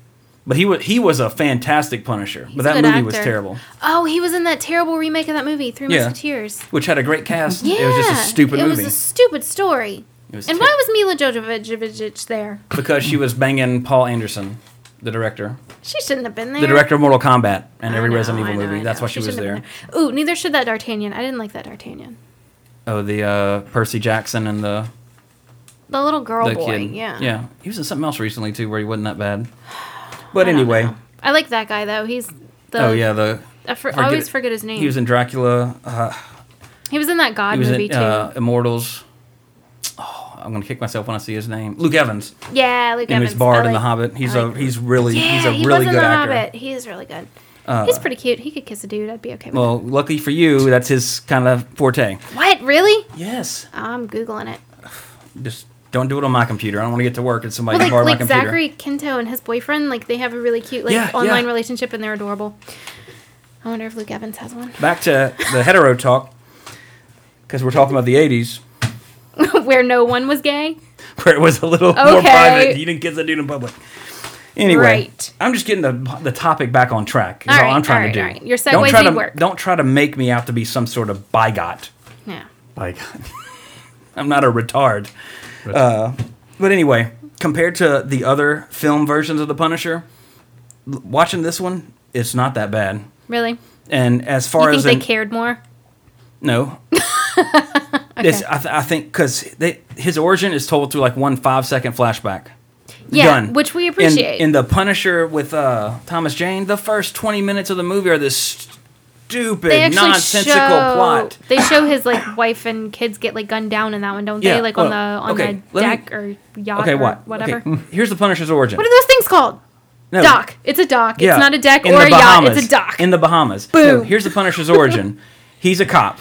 Speaker 4: But he was he was a fantastic Punisher.
Speaker 6: He's
Speaker 4: but
Speaker 6: a
Speaker 4: that
Speaker 6: good
Speaker 4: movie was
Speaker 6: actor.
Speaker 4: terrible,
Speaker 6: Oh, he was in that terrible remake of that movie, Three
Speaker 4: Yeah.
Speaker 6: Musketeers.
Speaker 4: which had a great cast.
Speaker 6: Yeah,
Speaker 4: It was just a stupid
Speaker 6: it
Speaker 4: movie
Speaker 6: was a stupid story.
Speaker 4: It was
Speaker 6: and
Speaker 4: ter-
Speaker 6: why was Mila Jovovich there?
Speaker 4: because she was banging Paul Anderson, the director,
Speaker 6: She shouldn't have been there.
Speaker 4: the director of Mortal Kombat and
Speaker 6: I
Speaker 4: every
Speaker 6: know,
Speaker 4: Resident
Speaker 6: I
Speaker 4: Evil
Speaker 6: know,
Speaker 4: movie.
Speaker 6: I
Speaker 4: That's
Speaker 6: know.
Speaker 4: why she, was
Speaker 6: shouldn't
Speaker 4: there.
Speaker 6: have been Ooh, neither should that D'Artagnan. I didn't like that D'Artagnan.
Speaker 4: Oh, the uh, Percy Jackson and the
Speaker 6: The little girl
Speaker 4: the
Speaker 6: boy.
Speaker 4: kid.
Speaker 6: Yeah.
Speaker 4: yeah. He was in something else recently too, where he wasn't that bad. But anyway,
Speaker 6: I like that guy though. He's the.
Speaker 4: oh yeah, the
Speaker 6: I, for, I
Speaker 4: forget-
Speaker 6: always forget his name.
Speaker 4: he was in Dracula. Uh,
Speaker 6: in that God
Speaker 4: he was
Speaker 6: movie
Speaker 4: in
Speaker 6: too.
Speaker 4: uh, Immortals. Oh, I'm gonna kick myself when I see his name. Luke Evans.
Speaker 6: yeah, Luke
Speaker 4: Him
Speaker 6: Evans.
Speaker 4: is Bard
Speaker 6: I
Speaker 4: in The
Speaker 6: like-
Speaker 4: Hobbit. He's
Speaker 6: I
Speaker 4: a
Speaker 6: like-
Speaker 4: he's really
Speaker 6: Yeah,
Speaker 4: he's a
Speaker 6: he
Speaker 4: really
Speaker 6: was
Speaker 4: good
Speaker 6: in The
Speaker 4: actor. Uh,
Speaker 6: Hobbit. He is really good. he's pretty cute. He could kiss a dude. I'd be okay with
Speaker 4: Well, luckily for you, that's his kind of forte.
Speaker 6: it. What? Really?
Speaker 4: Yes.
Speaker 6: I'm googling it.
Speaker 4: Just don't do it on my computer. I don't want to get to work and somebody
Speaker 6: Well, like,
Speaker 4: borrow
Speaker 6: like
Speaker 4: my computer.
Speaker 6: Zachary Quinto and his boyfriend, like they have a really cute like
Speaker 4: Yeah, yeah.
Speaker 6: online relationship and they're adorable. I wonder if Luke Evans has one.
Speaker 4: Back to the hetero talk because we're talking about the '80s,
Speaker 6: Where no one was gay.
Speaker 4: where it was a little more
Speaker 6: Okay.
Speaker 4: private. You didn't kiss a dude in public. Anyway,
Speaker 6: Right.
Speaker 4: I'm just getting the the topic back on track. Is all,
Speaker 6: All right,
Speaker 4: I'm trying
Speaker 6: all
Speaker 4: to do.
Speaker 6: right, all right. Your
Speaker 4: don't
Speaker 6: segues
Speaker 4: try to
Speaker 6: did work.
Speaker 4: don't try to make me out to be some sort of bigot.
Speaker 6: Yeah.
Speaker 5: Like,
Speaker 4: I'm not a retard. Uh, but anyway, compared to the other film versions of The Punisher, l- watching this one, it's not that bad.
Speaker 6: Really?
Speaker 4: And as
Speaker 6: You
Speaker 4: far
Speaker 6: think
Speaker 4: as
Speaker 6: they
Speaker 4: in-
Speaker 6: cared more?
Speaker 4: no, It's- I, th- I think because his origin is told through like one five second flashback.
Speaker 6: Yeah,
Speaker 4: Done.
Speaker 6: which we
Speaker 4: In-
Speaker 6: appreciate.
Speaker 4: In, the Punisher with uh, Thomas Jane, the first twenty minutes of the movie are this stupid,
Speaker 6: they actually
Speaker 4: nonsensical
Speaker 6: show,
Speaker 4: plot.
Speaker 6: They show his like wife and kids get like gunned down in that one, don't
Speaker 4: Yeah,
Speaker 6: they? Like on
Speaker 4: well,
Speaker 6: the on
Speaker 4: okay,
Speaker 6: the
Speaker 4: let me-
Speaker 6: deck or yacht
Speaker 4: Okay,
Speaker 6: or
Speaker 4: what?
Speaker 6: whatever.
Speaker 4: Okay, Here's the Punisher's origin.
Speaker 6: What are those things called?
Speaker 4: No.
Speaker 6: Dock. It's a dock.
Speaker 4: Yeah,
Speaker 6: It's not a deck
Speaker 4: in
Speaker 6: or
Speaker 4: the
Speaker 6: a yacht.
Speaker 4: Bahamas.
Speaker 6: It's a dock.
Speaker 4: In the Bahamas.
Speaker 6: Boom. Uh-huh.
Speaker 4: No, here's the Punisher's origin. He's a cop.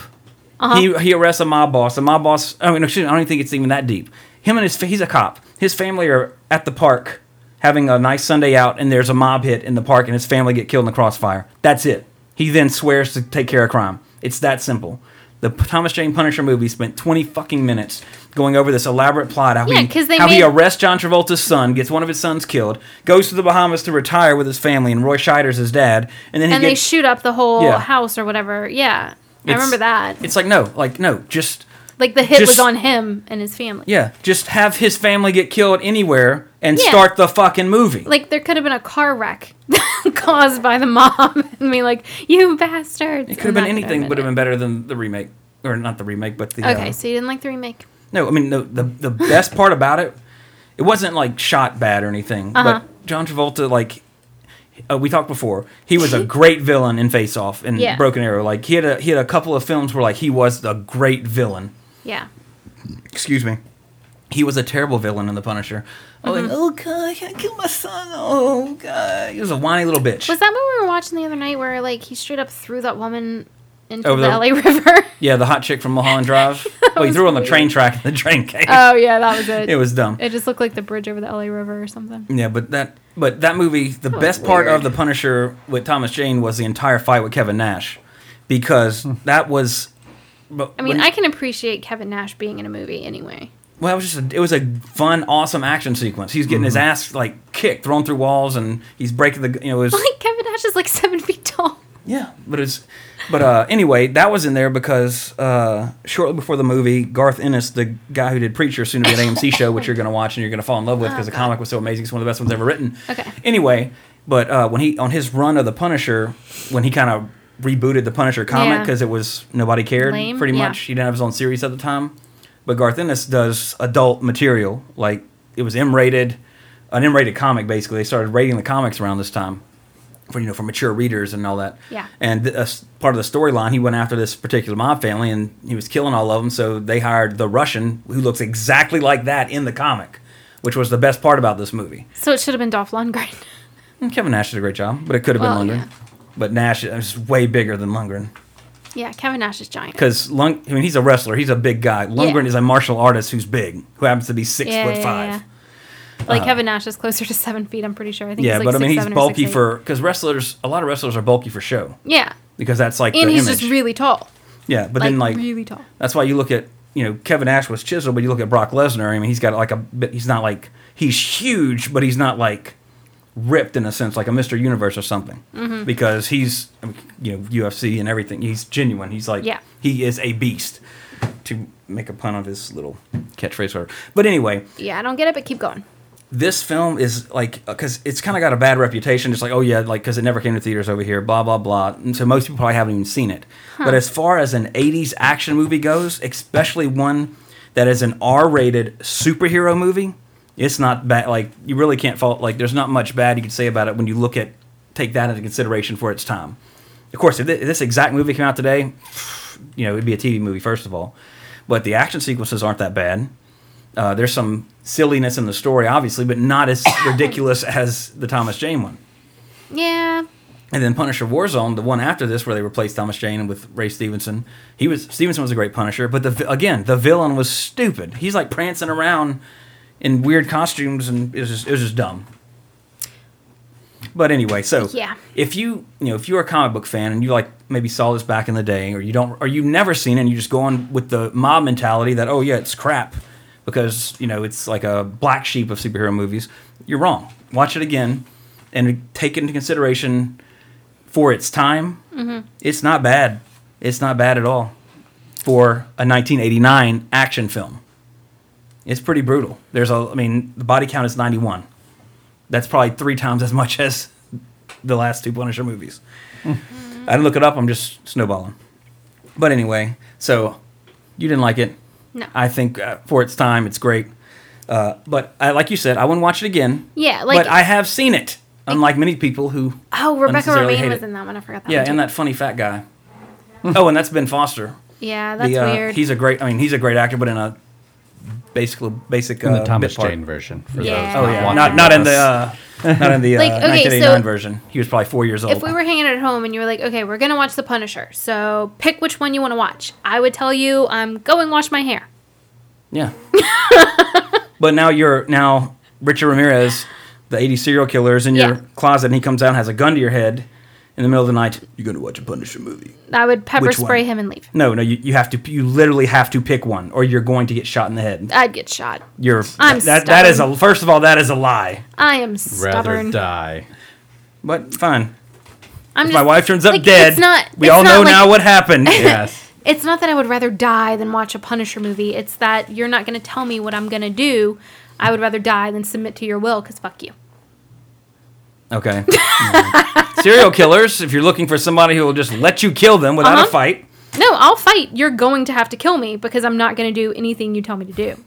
Speaker 4: He, he arrests a mob boss. The mob boss. I mean, excuse me, I don't even think it's even that deep. Him and his fa- he's a cop. His family are at the park having a nice Sunday out, and there's a mob hit in the park, and his family get killed in the crossfire. That's it. He then swears to take care of crime. It's that simple. The P- Thomas Jane Punisher movie spent 20 fucking minutes going over this elaborate plot how,
Speaker 6: Yeah,
Speaker 4: he,
Speaker 6: 'cause they
Speaker 4: how he
Speaker 6: made-
Speaker 4: arrests John Travolta's son, gets one of his sons killed, goes to the Bahamas to retire with his family, and Roy Scheider's his dad, and then he
Speaker 6: and they
Speaker 4: gets,
Speaker 6: shoot up the whole
Speaker 4: Yeah.
Speaker 6: house or whatever. Yeah. I
Speaker 4: It's-
Speaker 6: remember that.
Speaker 4: It's like no, like no, just
Speaker 6: Like the hit
Speaker 4: just-
Speaker 6: was on him and his family.
Speaker 4: yeah, just have his family get killed anywhere and
Speaker 6: Yeah.
Speaker 4: start the fucking movie.
Speaker 6: Like there could have been a car wreck caused by the mom and me like, you bastards.
Speaker 4: it could have been anything, would have been better than the remake, or not the remake, but the
Speaker 6: Okay,
Speaker 4: uh,
Speaker 6: so you didn't like the remake.
Speaker 4: No, I mean the the, the best part about it, it wasn't like shot bad or anything.
Speaker 6: Uh-huh.
Speaker 4: But John Travolta, like uh, we talked before, he was a great villain in Face Off and
Speaker 6: Yeah.
Speaker 4: Broken Arrow. Like he had a he had a couple of films where like he was the great villain.
Speaker 6: Yeah.
Speaker 4: Excuse me. He was a terrible villain in The Punisher. I was
Speaker 6: Mm-hmm.
Speaker 4: Like, oh god, I killed my son. Oh god, he was a whiny little bitch.
Speaker 6: Was that what we were watching the other night where like he straight up threw that woman into
Speaker 4: Over
Speaker 6: the
Speaker 4: the-
Speaker 6: LA River?
Speaker 4: yeah, the hot chick from Mulholland Drive. well, he
Speaker 6: was
Speaker 4: threw her on the
Speaker 6: weird.
Speaker 4: train track, and the train came.
Speaker 6: oh yeah, that was it.
Speaker 4: it was dumb.
Speaker 6: It just looked like the bridge over the LA River or something.
Speaker 4: Yeah, but that but that movie, the best part of the Punisher with Thomas Jane was the entire fight with Kevin Nash, because that was. But
Speaker 6: I mean, I can appreciate Kevin Nash being in a movie anyway.
Speaker 4: well, it was just a, it was a fun, awesome action sequence. He's getting his ass like kicked, thrown through walls, and he's breaking the you know it was
Speaker 6: Like Kevin Nash is like seven feet tall.
Speaker 4: yeah, but it's but uh anyway, that was in there because uh shortly before the movie, Garth Ennis, the guy who did Preacher, soon to be an AMC show, which you're gonna watch and you're gonna fall in love with because the comic was so amazing. It's one of the best ones ever written.
Speaker 6: Oh, Okay.
Speaker 4: Anyway, but uh, when he on his run of the Punisher, when he kind of rebooted the Punisher comic
Speaker 6: Yeah.
Speaker 4: because it was nobody cared
Speaker 6: Lame,
Speaker 4: pretty
Speaker 6: yeah.
Speaker 4: much. He didn't have his own series at the time, but Garth Ennis does adult material like it was M-rated, an M-rated comic basically. They started rating the comics around this time for you know for mature readers and all that.
Speaker 6: Yeah.
Speaker 4: And th- a s- part of the storyline, he went after this particular mob family and he was killing all of them. So they hired the Russian who looks exactly like that in the comic, which was the best part about this movie.
Speaker 6: So it should have been Dolph Lundgren.
Speaker 4: And Kevin Nash did a great job, but it could have
Speaker 6: Well,
Speaker 4: been Lundgren.
Speaker 6: yeah.
Speaker 4: But Nash is way bigger than Lundgren
Speaker 6: yeah, Kevin Nash is giant.
Speaker 4: because Lung. I mean, he's a wrestler. He's a big guy. Lundgren
Speaker 6: Yeah.
Speaker 4: is a martial artist who's big, who happens to be six
Speaker 6: Yeah,
Speaker 4: foot
Speaker 6: yeah,
Speaker 4: five. Uh-huh.
Speaker 6: yeah. Like Kevin Nash is closer to seven feet. I'm pretty sure. I think.
Speaker 4: Yeah,
Speaker 6: he's like
Speaker 4: but I mean,
Speaker 6: six,
Speaker 4: he's
Speaker 6: seven or
Speaker 4: bulky
Speaker 6: six, eight.
Speaker 4: for because wrestlers. A lot of wrestlers are bulky for show
Speaker 6: Yeah,
Speaker 4: because that's like
Speaker 6: and
Speaker 4: the
Speaker 6: he's
Speaker 4: image.
Speaker 6: just really tall.
Speaker 4: yeah, but
Speaker 6: Like,
Speaker 4: then like
Speaker 6: really tall.
Speaker 4: That's why you look at you know Kevin Nash was chiseled, but you look at Brock Lesnar. I mean, he's got like a bit. He's not like he's huge, but he's not like ripped in a sense like a Mr. Universe or something because he's I mean, you know UFC and everything. He's genuine. He's like
Speaker 6: Yeah.
Speaker 4: he is a beast. To make a pun of his little catchphrase, or whatever. But anyway,
Speaker 6: Yeah, I don't get it, but keep going.
Speaker 4: this film is like because it's kind of got a bad reputation. It's like oh yeah, like because it never came to theaters over here, blah blah blah. And so most people probably haven't even seen it. But as far as an '80s action movie goes, especially one that is an R-rated superhero movie, it's not bad. Like you really can't fault. Like there's not much bad you can say about it when you look at take that into consideration for its time. Of course, if thi- if this exact movie came out today, you know it'd be a TV movie first of all. But the action sequences aren't that bad. Uh, there's some silliness in the story, obviously, but not as ridiculous as the Thomas Jane one.
Speaker 6: Yeah.
Speaker 4: And then Punisher Warzone, the one after this, where they replaced Thomas Jane with Ray Stevenson. He was Stevenson was a great Punisher, but the vi- again the villain was stupid. He's like prancing around in weird costumes, and it was just, it was just dumb. But anyway, so
Speaker 6: Yeah.
Speaker 4: if you you know if you're a comic book fan and you like maybe saw this back in the day, or you don't, or you've never seen it, and you just go on with the mob mentality that oh yeah it's crap because you know it's like a black sheep of superhero movies, you're wrong. Watch it again and take into consideration for its time.
Speaker 6: Mm-hmm.
Speaker 4: It's not bad. It's not bad at all for a 1989 action film. It's pretty brutal. There's a, I mean, the body count is 91. That's probably three times as much as the last two Punisher movies.
Speaker 6: Mm-hmm.
Speaker 4: I didn't look it up. I'm just snowballing. But anyway, so you didn't like it.
Speaker 6: No.
Speaker 4: I think uh, for its time, it's great. Uh, but I, like you said, I wouldn't watch it again.
Speaker 6: Yeah, like-
Speaker 4: but I have seen it. Unlike many people who
Speaker 6: Oh, Rebecca
Speaker 4: unnecessarily
Speaker 6: Romaine
Speaker 4: hate
Speaker 6: was
Speaker 4: it.
Speaker 6: in that one. I forgot that
Speaker 4: Yeah,
Speaker 6: one.
Speaker 4: and
Speaker 6: too.
Speaker 4: that funny fat guy. oh, and that's Ben Foster.
Speaker 6: Yeah, that's
Speaker 4: The, uh,
Speaker 6: weird.
Speaker 4: He's a great. I mean, he's a great actor, but in a basically basic uh,
Speaker 8: the Thomas
Speaker 4: bit part.
Speaker 8: Jane version. For
Speaker 6: Yeah.
Speaker 8: yeah.
Speaker 4: Oh
Speaker 8: Those
Speaker 4: yeah,
Speaker 8: watching
Speaker 4: not not in the
Speaker 8: us.
Speaker 4: uh, not in the uh,
Speaker 6: Like, okay,
Speaker 4: 1989
Speaker 6: so-
Speaker 4: version. He was probably four years old.
Speaker 6: if we were hanging at home and you were like, okay, we're gonna watch The Punisher, so pick which one you want to watch. I would tell you, I'm going wash my hair.
Speaker 4: yeah. but now you're now Richard Ramirez, the '80s serial killer, is in your
Speaker 6: Yeah.
Speaker 4: closet, and he comes out and has a gun to your head in the middle of the night. You're gonna watch a Punisher movie.
Speaker 6: I would pepper
Speaker 4: Which
Speaker 6: spray
Speaker 4: one?
Speaker 6: him and leave.
Speaker 4: No, no, you, you have to. You literally have to pick one, or you're going to get shot in the head.
Speaker 6: I'd get shot.
Speaker 4: You're
Speaker 6: I'm
Speaker 4: that that is a
Speaker 6: stubborn.
Speaker 4: first of all that is a lie.
Speaker 6: I am
Speaker 8: Rather
Speaker 6: stubborn.
Speaker 8: die.
Speaker 4: But fine.
Speaker 6: I'm
Speaker 4: If my
Speaker 6: just-
Speaker 4: wife turns up
Speaker 6: like,
Speaker 4: dead.
Speaker 6: It's not.
Speaker 4: we
Speaker 6: it's
Speaker 4: all
Speaker 6: not
Speaker 4: know
Speaker 6: like-
Speaker 4: now what happened.
Speaker 8: Yes.
Speaker 6: It's not that I would rather die than watch a Punisher movie. It's that you're not going to tell me what I'm going to do. I would rather die than submit to your will because fuck you.
Speaker 4: Okay. Serial killers, if you're looking for somebody who will just let you kill them without
Speaker 6: Uh-huh.
Speaker 4: a fight.
Speaker 6: No, I'll fight. You're going to have to kill me because I'm not going to do anything you tell me to do.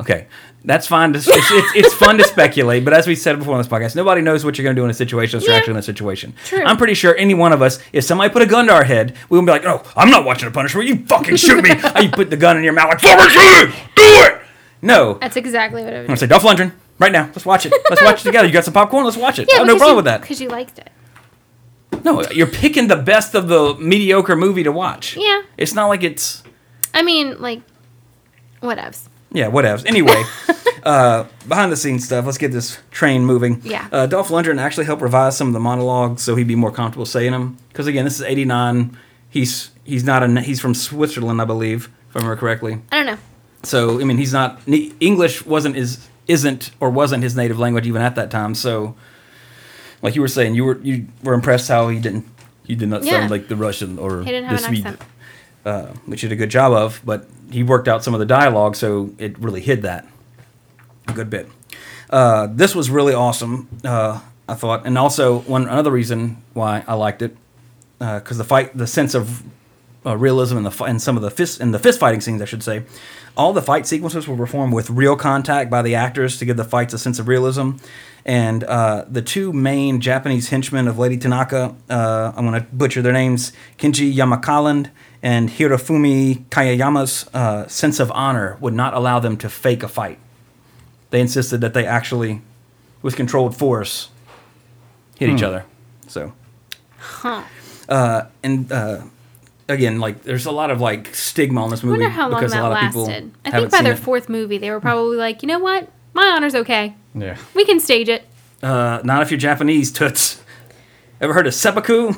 Speaker 4: Okay. That's fine. To, it's, it's, it's fun to speculate, but as we said before on this podcast, nobody knows what you're going to do in a situation unless you're
Speaker 6: Yeah.
Speaker 4: actually in a situation.
Speaker 6: True.
Speaker 4: I'm pretty sure any one of us, if somebody put a gun to our head, we would be like, oh, I'm not watching a punishment. You fucking shoot me. you put the gun in your mouth like, fucking shoot me. Do it. No. I'm
Speaker 6: That's exactly what I would
Speaker 4: going to
Speaker 6: do.
Speaker 4: say, Dolph Lundgren, right now. Let's watch it. Let's watch it together. You got some popcorn? Let's watch it. I have Oh, no problem with that.
Speaker 6: Because you liked it.
Speaker 4: No, you're picking the best of the mediocre movie to watch.
Speaker 6: Yeah.
Speaker 4: It's not like it's
Speaker 6: I mean, like, whatevs.
Speaker 4: yeah, whatevs. Anyway, uh, behind the scenes stuff. Let's get this train moving.
Speaker 6: Yeah.
Speaker 4: Uh, Dolph Lundgren actually helped revise some of the monologues so he'd be more comfortable saying them. Because again, this is '89. He's he's not a he's from Switzerland, I believe, if I remember correctly.
Speaker 6: I don't know.
Speaker 4: So I mean, he's not ne- English wasn't his isn't or wasn't his native language even at that time. So, like you were saying, you were you were impressed how he didn't you did not
Speaker 6: Yeah.
Speaker 4: sound like the Russian or
Speaker 6: He didn't
Speaker 4: the
Speaker 6: have an
Speaker 4: Swede,
Speaker 6: accent.
Speaker 4: uh, which he did a good job of. But he worked out some of the dialogue, so it really hid that a good bit. Uh, this was really awesome, uh, I thought, and also one another reason why I liked it because uh, the fight, the sense of uh, realism in the fi- in some of the fist in the fist fighting scenes, I should say, all the fight sequences were performed with real contact by the actors to give the fights a sense of realism. And uh, the two main Japanese henchmen of Lady Tanaka, uh, I'm going to butcher their names, Kenji Yamakaland and Hirofumi Kayayama's uh, sense of honor would not allow them to fake a fight. They insisted that they actually, with controlled force, hit each other. So
Speaker 6: Huh.
Speaker 4: uh, and uh, again, like there's a lot of like stigma on this
Speaker 6: I
Speaker 4: movie
Speaker 6: wonder how long
Speaker 4: because
Speaker 6: that
Speaker 4: a lot of
Speaker 6: lasted.
Speaker 4: people
Speaker 6: I
Speaker 4: haven't
Speaker 6: think by
Speaker 4: seen
Speaker 6: their
Speaker 4: it.
Speaker 6: fourth movie, they were probably like, you know what? My honor's okay.
Speaker 8: Yeah.
Speaker 6: We can stage it.
Speaker 4: Uh, not if you're Japanese, toots. Ever heard of seppuku,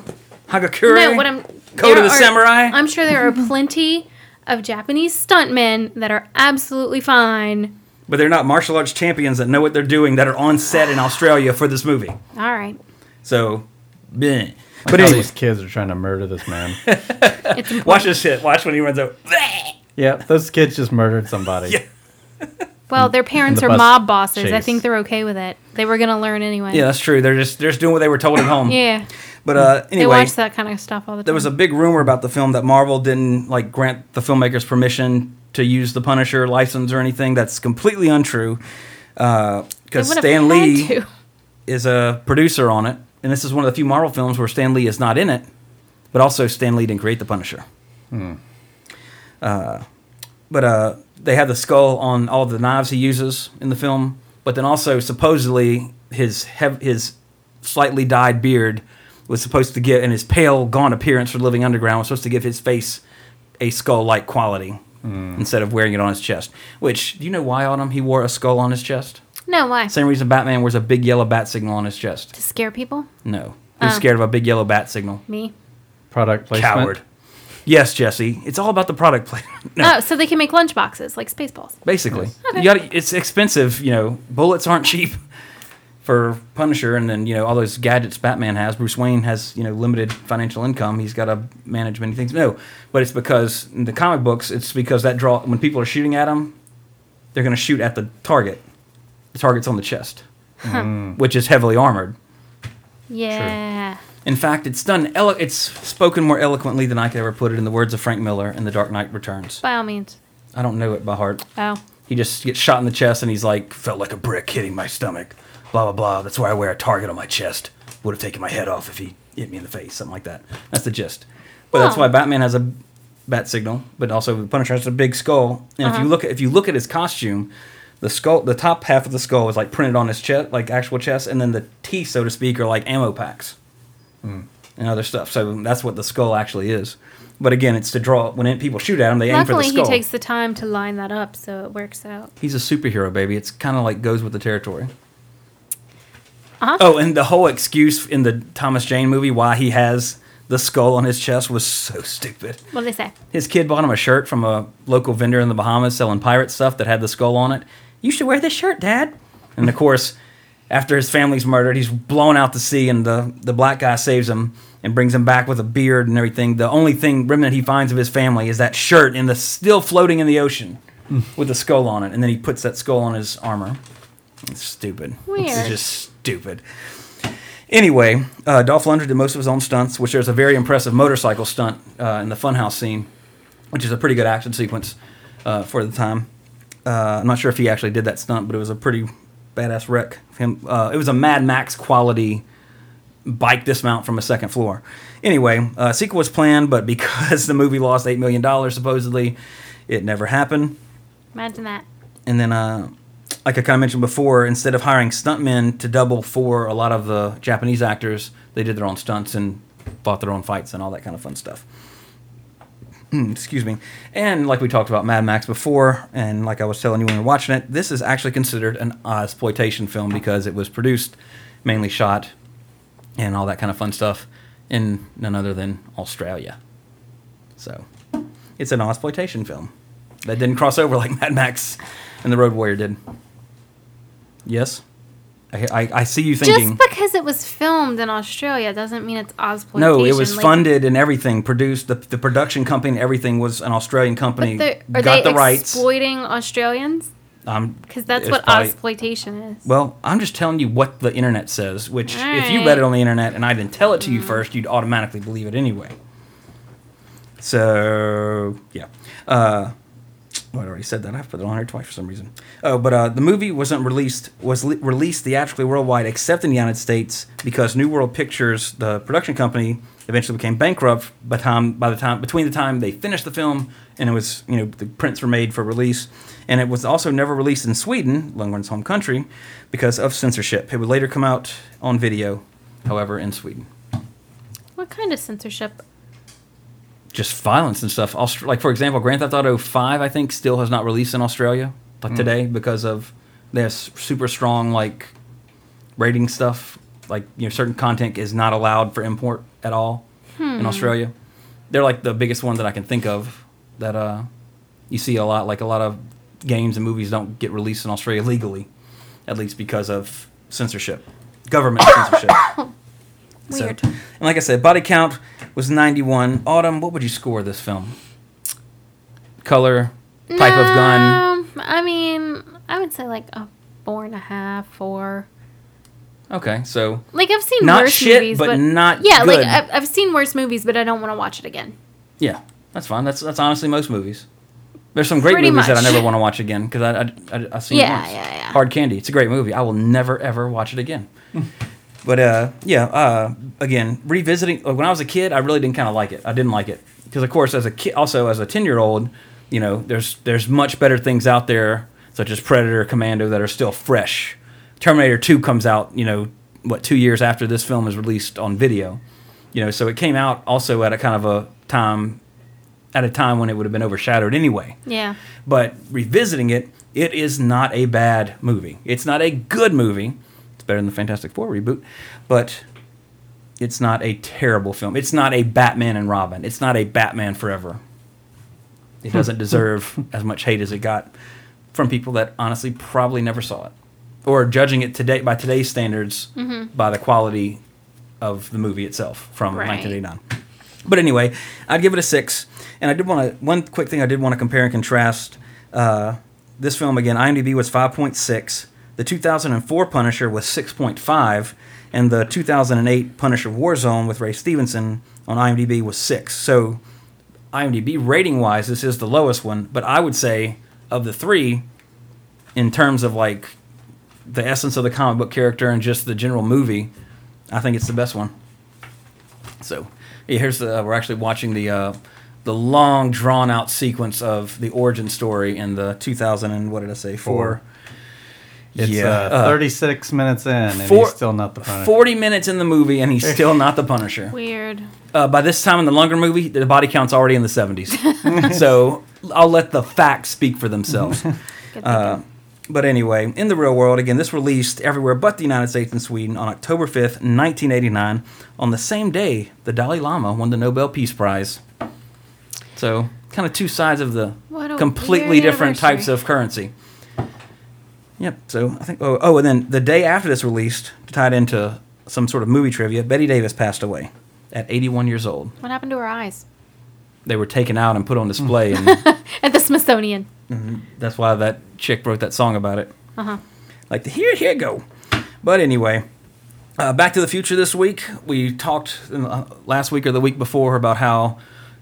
Speaker 4: hagakure?
Speaker 6: No, what I'm
Speaker 4: Code
Speaker 6: there
Speaker 4: of the
Speaker 6: are-
Speaker 4: Samurai?
Speaker 6: I'm sure there are plenty of Japanese stuntmen that are absolutely fine.
Speaker 4: but they're not martial arts champions that know what they're doing that are on set in Australia for this movie.
Speaker 6: All right,
Speaker 4: So, bleh.
Speaker 8: But
Speaker 4: but anyway,
Speaker 8: these kids are trying to murder this man.
Speaker 6: it's important.
Speaker 4: watch this shit. Watch when he runs out.
Speaker 8: yeah, those kids just murdered somebody.
Speaker 4: Yeah.
Speaker 6: Well,
Speaker 4: Mm.
Speaker 6: their parents
Speaker 8: the
Speaker 6: are
Speaker 8: bus
Speaker 6: mob bosses. I
Speaker 8: chase.
Speaker 6: think they're okay with it. They were gonna learn anyway.
Speaker 4: Yeah, that's true. They're just they're just doing what they were told at home.
Speaker 6: Yeah.
Speaker 4: But uh,
Speaker 6: They
Speaker 4: anyway,
Speaker 6: watch that kind of stuff all the time.
Speaker 4: there was a big rumor about the film that Marvel didn't like grant the filmmakers permission to use the Punisher license or anything. That's completely untrue. Because
Speaker 6: would've
Speaker 4: Stan
Speaker 6: had
Speaker 4: Lee
Speaker 6: to.
Speaker 4: is a producer on it, and this is one of the few Marvel films where Stan Lee is not in it, but also Stan Lee didn't create the Punisher. Uh, but uh, they have the skull on all the knives he uses in the film, but then also supposedly his hev- his slightly dyed beard was supposed to give, and his pale, gone appearance for living underground was supposed to give his face a skull like quality instead of wearing it on his chest. Which, do you know why, Autumn, he wore a skull on his chest?
Speaker 6: No, why?
Speaker 4: Same reason Batman wears a big yellow bat signal on his chest.
Speaker 6: to scare people?
Speaker 4: No. Who's scared of a big yellow bat signal?
Speaker 6: Me?
Speaker 8: Product placement.
Speaker 4: Coward. Yes, Jesse. It's all about the product play. No,
Speaker 6: Oh, so they can make lunchboxes like Spaceballs.
Speaker 4: basically. You got it's expensive, you know. Bullets aren't cheap for Punisher and then, you know, all those gadgets Batman has. Bruce Wayne has, you know, limited financial income. He's got to manage many things. No, but it's because in the comic books, it's because that draw when people are shooting at him, they're going to shoot at the target. The target's on the chest, which is heavily armored.
Speaker 6: Yeah.
Speaker 4: In fact, it's done. Elo- it's spoken more eloquently than I could ever put it in the words of Frank Miller in The Dark Knight Returns.
Speaker 6: By all means.
Speaker 4: I don't know it by heart.
Speaker 6: Oh.
Speaker 4: He just gets shot in the chest and he's like, felt like a brick hitting my stomach. Blah blah blah. That's why I wear a target on my chest. Would have taken my head off if he hit me in the face. Something like that. That's the gist. But that's
Speaker 6: Wow.
Speaker 4: why Batman has a bat signal, but also the Punisher has a big skull. And
Speaker 6: Uh-huh.
Speaker 4: if you look at if you look at his costume, the skull, the top half of the skull is like printed on his chest, like actual chest, and then the teeth, so to speak, are like ammo packs and other stuff. So that's what the skull actually is. But again, it's to draw when it- people shoot at him, they aim for the
Speaker 6: Luckily,
Speaker 4: skull
Speaker 6: he takes the time to line that up, so it works out.
Speaker 4: he's a superhero, baby. It's kind of like goes with the territory.
Speaker 6: Uh-huh.
Speaker 4: Oh, and the whole excuse in the Thomas Jane movie why he has the skull on his chest was so stupid.
Speaker 6: What do they say?
Speaker 4: His kid bought him a shirt from a local vendor in the Bahamas selling pirate stuff that had the skull on it. You should wear this shirt, Dad. And of course, after his family's murdered, he's blown out to sea, and the, the black guy saves him and brings him back with a beard and everything. The only thing remnant he finds of his family is that shirt in the still floating in the ocean with the skull on it. And then he puts that skull on his armor. It's stupid. It's
Speaker 6: Weird.
Speaker 4: just stupid. Anyway, uh, Dolph Lundgren did most of his own stunts, which there's a very impressive motorcycle stunt uh, in the Funhouse scene, which is a pretty good action sequence uh, for the time. Uh, I'm not sure if he actually did that stunt, but it was a pretty badass wreck. of Him, uh, it was a Mad Max quality bike dismount from a second floor. Anyway, uh, sequel was planned, but because the movie lost eight million dollars supposedly, it never happened.
Speaker 6: Imagine that.
Speaker 4: And then, uh, like I kind of mentioned before, instead of hiring stuntmen to double for a lot of the Japanese actors, they did their own stunts and fought their own fights and all that kind of fun stuff. Hmm, Excuse me. And like we talked about Mad Max before, and like I was telling you when we were watching it, this is actually considered an exploitation film because it was produced, mainly shot, and all that kind of fun stuff in none other than Australia. So it's an exploitation film that didn't cross over like Mad Max and the Road Warrior did. Yes, I, I, I see you thinking.
Speaker 6: Just because it was filmed in Australia doesn't mean it's Osploitation.
Speaker 4: no, it was
Speaker 6: like,
Speaker 4: funded and everything produced. The, the production company, and everything was an Australian company.
Speaker 6: But they're- are
Speaker 4: got
Speaker 6: they
Speaker 4: the rights.
Speaker 6: exploiting Australians?
Speaker 4: I'm-
Speaker 6: Because that's
Speaker 4: it's
Speaker 6: what
Speaker 4: probably-
Speaker 6: exploitation is.
Speaker 4: Well, I'm just telling you what the internet says. Which, if you
Speaker 6: Alright.
Speaker 4: read it on the internet and I didn't tell it to you first, you'd automatically believe it anyway. So yeah. Uh, well, I already said that. I've put it on here twice for some reason. Oh, but uh, the movie wasn't released was li- released theatrically worldwide except in the United States because New World Pictures, the production company, eventually became bankrupt. By time by the time between the time they finished the film and it was you know the prints were made for release, and it was also never released in Sweden, Lundgren's home country, because of censorship. It would later come out on video, however, in Sweden.
Speaker 6: What kind of censorship?
Speaker 4: just violence and stuff. Aust- like for example, Grand Theft Auto Five, I think, still has not released in Australia like today because of they have s- super strong like rating stuff. Like you know, certain content is not allowed for import at all in Australia. They're like the biggest one that I can think of that uh, you see a lot. Like a lot of games and movies don't get released in Australia legally, at least because of censorship, government censorship. So-
Speaker 6: Weird.
Speaker 4: and like I said, body count was 91. Autumn, what would you score this film? Color, type of gun.
Speaker 6: Um, I mean, I would say like a four and a half, four.
Speaker 4: Okay, so
Speaker 6: Like I've seen
Speaker 4: Not
Speaker 6: worse
Speaker 4: shit,
Speaker 6: movies,
Speaker 4: but
Speaker 6: but,
Speaker 4: not
Speaker 6: yeah,
Speaker 4: good.
Speaker 6: like I've, I've seen worse movies, but I don't want to watch it again.
Speaker 4: yeah, that's fine. That's that's honestly most movies. There's some great
Speaker 6: Pretty
Speaker 4: movies that I
Speaker 6: much.
Speaker 4: never want to watch again because I I, I, I seen
Speaker 6: Yeah,
Speaker 4: it once.
Speaker 6: yeah, yeah.
Speaker 4: Hard Candy. It's a great movie. I will never ever watch it again. but uh, yeah, uh, again, revisiting. Like, when I was a kid, I really didn't kind of like it. I didn't like it because, of course, as a kid, also as a ten year old, you know, there's there's much better things out there, such as Predator, Commando, that are still fresh. Terminator Two comes out, you know, what two years after this film is released on video, you know, so it came out also at a kind of a time at a time when it would have been overshadowed anyway.
Speaker 6: Yeah.
Speaker 4: But revisiting it, it is not a bad movie. It's not a good movie. It's better than the Fantastic Four reboot, but it's not a terrible film. It's not a Batman and Robin. It's not a Batman Forever. It doesn't deserve as much hate as it got from people that honestly probably never saw it or judging it today by today's standards by the quality of the movie itself from
Speaker 6: Right.
Speaker 4: 1989. But anyway, I'd give it a six. And I did want to one quick thing I did want to compare and contrast uh, this film again. IMDb was five point six. The 2004 Punisher was 6.5, and the 2008 Punisher Warzone with Ray Stevenson on IMDb was six. So, IMDb rating wise, this is the lowest one. But I would say of the three, in terms of like the essence of the comic book character and just the general movie, I think it's the best one. So yeah, here's the we're actually watching the uh, the long drawn out sequence of the origin story in the 2000 and what did I say four.
Speaker 8: It's
Speaker 4: Yeah,
Speaker 8: uh,
Speaker 4: uh,
Speaker 8: 36 minutes in, and
Speaker 4: Four-
Speaker 8: he's still not the Punisher.
Speaker 4: 40 minutes in the movie and he's still not the Punisher.
Speaker 6: Weird.
Speaker 4: Uh, by this time in the longer movie, the body count's already in the 70s. so I'll let the facts speak for themselves.
Speaker 6: Good
Speaker 4: Uh, but anyway, in the real world, again, this released everywhere but the United States and Sweden on October 5th, 1989, on the same day the Dalai Lama won the Nobel Peace Prize. So, kind of two sides of the
Speaker 6: What a
Speaker 4: completely
Speaker 6: weird
Speaker 4: different types
Speaker 6: anniversary.
Speaker 4: of currency. Yep. So I think. Oh, oh, and then the day after this released, tied into some sort of movie trivia, Betty Davis passed away at 81 years old.
Speaker 6: What happened to her eyes?
Speaker 4: They were taken out and put on display,
Speaker 6: Mm.
Speaker 4: and
Speaker 6: At the Smithsonian.
Speaker 4: that's why that chick wrote that song about it.
Speaker 6: Uh huh.
Speaker 4: Like the here, here go. But anyway, uh, Back to the Future this week. We talked in, uh, last week or the week before about how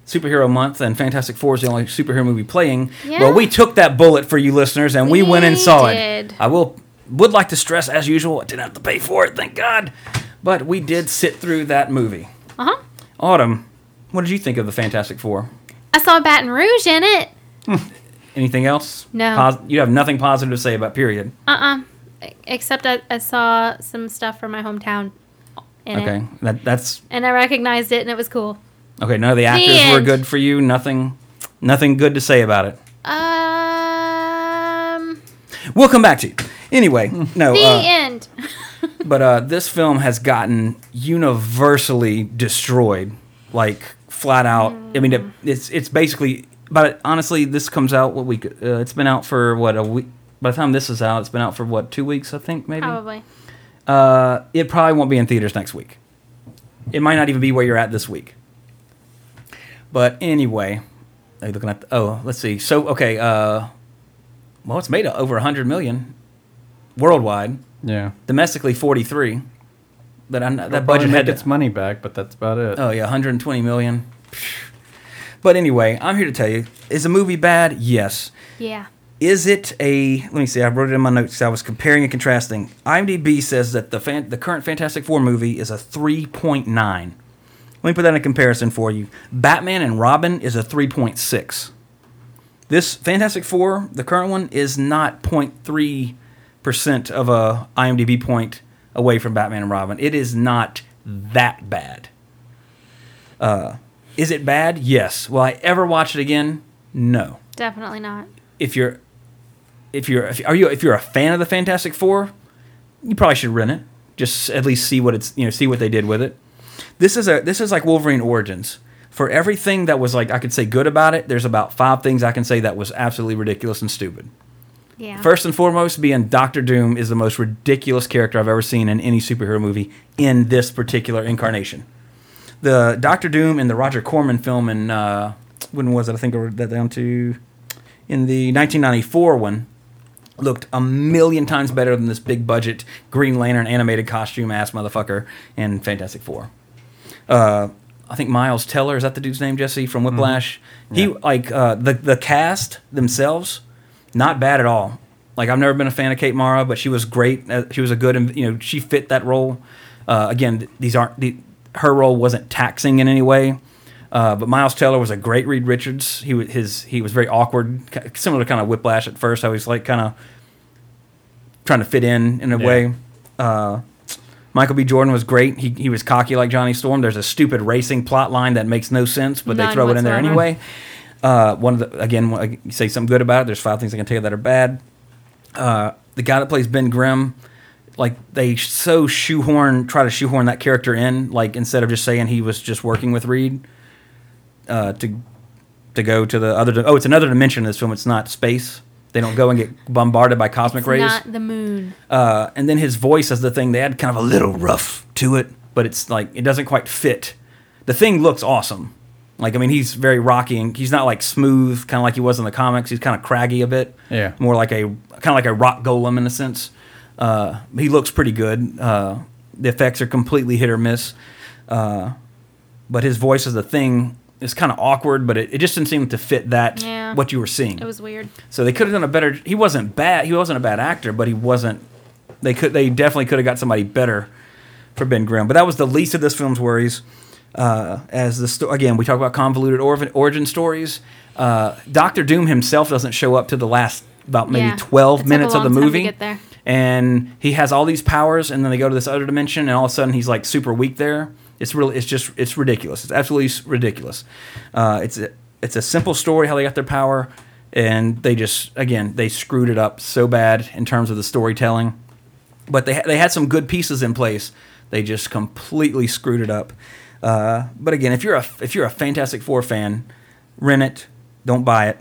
Speaker 4: superhero month and Fantastic Four is the only superhero movie playing.
Speaker 6: Yeah.
Speaker 4: Well, we took that bullet for you listeners and we, went and
Speaker 6: We
Speaker 4: saw
Speaker 6: did.
Speaker 4: it. I will would like to stress, as usual, I didn't have to pay for it, thank God. But we did sit through that movie.
Speaker 6: Uh huh.
Speaker 4: Autumn, what did you think of the Fantastic Four?
Speaker 6: I saw Baton Rouge in it.
Speaker 4: Anything else?
Speaker 6: No.
Speaker 4: you have nothing positive to say about period.
Speaker 6: Uh uh Except I, I saw some stuff from my hometown in it.
Speaker 4: Okay, that that's
Speaker 6: And I recognized it and it was cool.
Speaker 4: Okay, none of the actors were
Speaker 6: end.
Speaker 4: good for you. Nothing, nothing good to say about it.
Speaker 6: Um,
Speaker 4: We'll come back to you. Anyway, no,
Speaker 6: the
Speaker 4: uh,
Speaker 6: end.
Speaker 4: but uh, this film has gotten universally destroyed, like flat out. I mean,
Speaker 6: Mm.
Speaker 4: it, it's it's basically. But honestly, this comes out what week? Uh, it's been out for what a week. By the time this is out, it's been out for what two weeks? I think maybe.
Speaker 6: Probably.
Speaker 4: Uh, it probably won't be in theaters next week. It might not even be where you're at this week. But anyway, are you looking at? The, oh, let's see. So okay, uh, well, it's made over 100 million worldwide,
Speaker 8: yeah.
Speaker 4: domestically 43. But I'm, that
Speaker 8: It'll probably
Speaker 4: budget had
Speaker 8: make
Speaker 4: to-
Speaker 8: its money back, but that's about it.
Speaker 4: Oh yeah, 120 million. But anyway, I'm here to tell you: is the movie bad? Yes.
Speaker 6: Yeah.
Speaker 4: Is it a? Let me see. I wrote it in my notes. 'cause I was comparing and contrasting. IMDb says that the fan, the current Fantastic Four movie is a 3.9. Let me put that in comparison for you. Batman and Robin is a 3.6. This Fantastic Four, the current one, is not 0.3 percent of a IMDb point away from Batman and Robin. It is not that bad. Uh, is it bad? Yes. Will I ever watch it again? No
Speaker 6: Definitely not.
Speaker 4: if you're if you're if, are you if you're a fan of the Fantastic Four, you probably should rent it. Just at least see what it's you know see what they did with it. This is a this is like Wolverine Origins. For everything that was like I could say good about it, there's about five things I can say that was absolutely ridiculous and stupid.
Speaker 6: Yeah.
Speaker 4: First and foremost, being Doctor Doom is the most ridiculous character I've ever seen in any superhero movie in this particular incarnation. The Doctor Doom in the Roger Corman film, in uh, when was it? I think I wrote that down to in the 1994 one, looked a million times better than this big budget Green Lantern animated costume ass motherfucker in Fantastic Four. Uh, I think Miles Teller is that the dude's name, Jesse from Whiplash. He like uh, the the cast themselves, not bad at all. Like I've never been a fan of Kate Mara, but she was great. Uh, She was a good, and you know she fit that role. Uh, again, th- these aren't the, her role wasn't taxing in any way. Uh, but Miles Teller was a great Reed Richards. He was his he was very awkward, ki- similar to kind of Whiplash at first. How he's like kind of trying to fit in in a way. Uh, Michael B. Jordan was great. He, he was cocky like Johnny Storm. There's a stupid racing plot line that makes no sense, but they
Speaker 6: None
Speaker 4: throw it in there
Speaker 6: whatsoever.
Speaker 4: anyway. Uh, one of the, again, when I say something good about it. There's five things I can tell you that are bad. Uh, the guy that plays Ben Grimm, like they so shoehorn, try to shoehorn that character in, like instead of just saying he was just working with Reed uh, to to go to the other. Oh, it's another dimension in this film. It's not space. They don't go and get bombarded by cosmic
Speaker 6: It's
Speaker 4: rays.
Speaker 6: not the moon.
Speaker 4: Uh, and then his voice as the thing they had kind of a little rough to it, but it's like it doesn't quite fit. The thing looks awesome. Like I mean, he's very rocky and he's not like smooth, kind of like he was in the comics. He's kind of craggy a bit.
Speaker 8: Yeah.
Speaker 4: more like a kind of like a rock golem in a sense. Uh, he looks pretty good. Uh, the effects are completely hit or miss. Uh, but his voice as the thing is kind of awkward, but it, it just didn't seem to fit that
Speaker 6: Yeah.
Speaker 4: what you were seeing.
Speaker 6: It was weird.
Speaker 4: So they could have done a better. He wasn't bad. He wasn't a bad actor, but he wasn't. They could. They definitely could have got somebody better for Ben Grimm. But that was the least of this film's worries. Uh, as the sto- again, we talk about convoluted orv- origin stories. Uh, Doctor Doom himself doesn't show up to the last about maybe
Speaker 6: Yeah. It
Speaker 4: twelve
Speaker 6: took a
Speaker 4: minutes of
Speaker 6: long
Speaker 4: the
Speaker 6: time to
Speaker 4: movie.
Speaker 6: get there.
Speaker 4: And he has all these powers, and then they go to this other dimension, and all of a sudden he's like super weak there. It's really, it's just, it's ridiculous. It's absolutely s- ridiculous. Uh, it's a, it's a simple story how they got their power, and they just again they screwed it up so bad in terms of the storytelling. But they ha- they had some good pieces in place. They just completely screwed it up. Uh, but again, if you're a if you're a Fantastic Four fan, rent it. Don't buy it.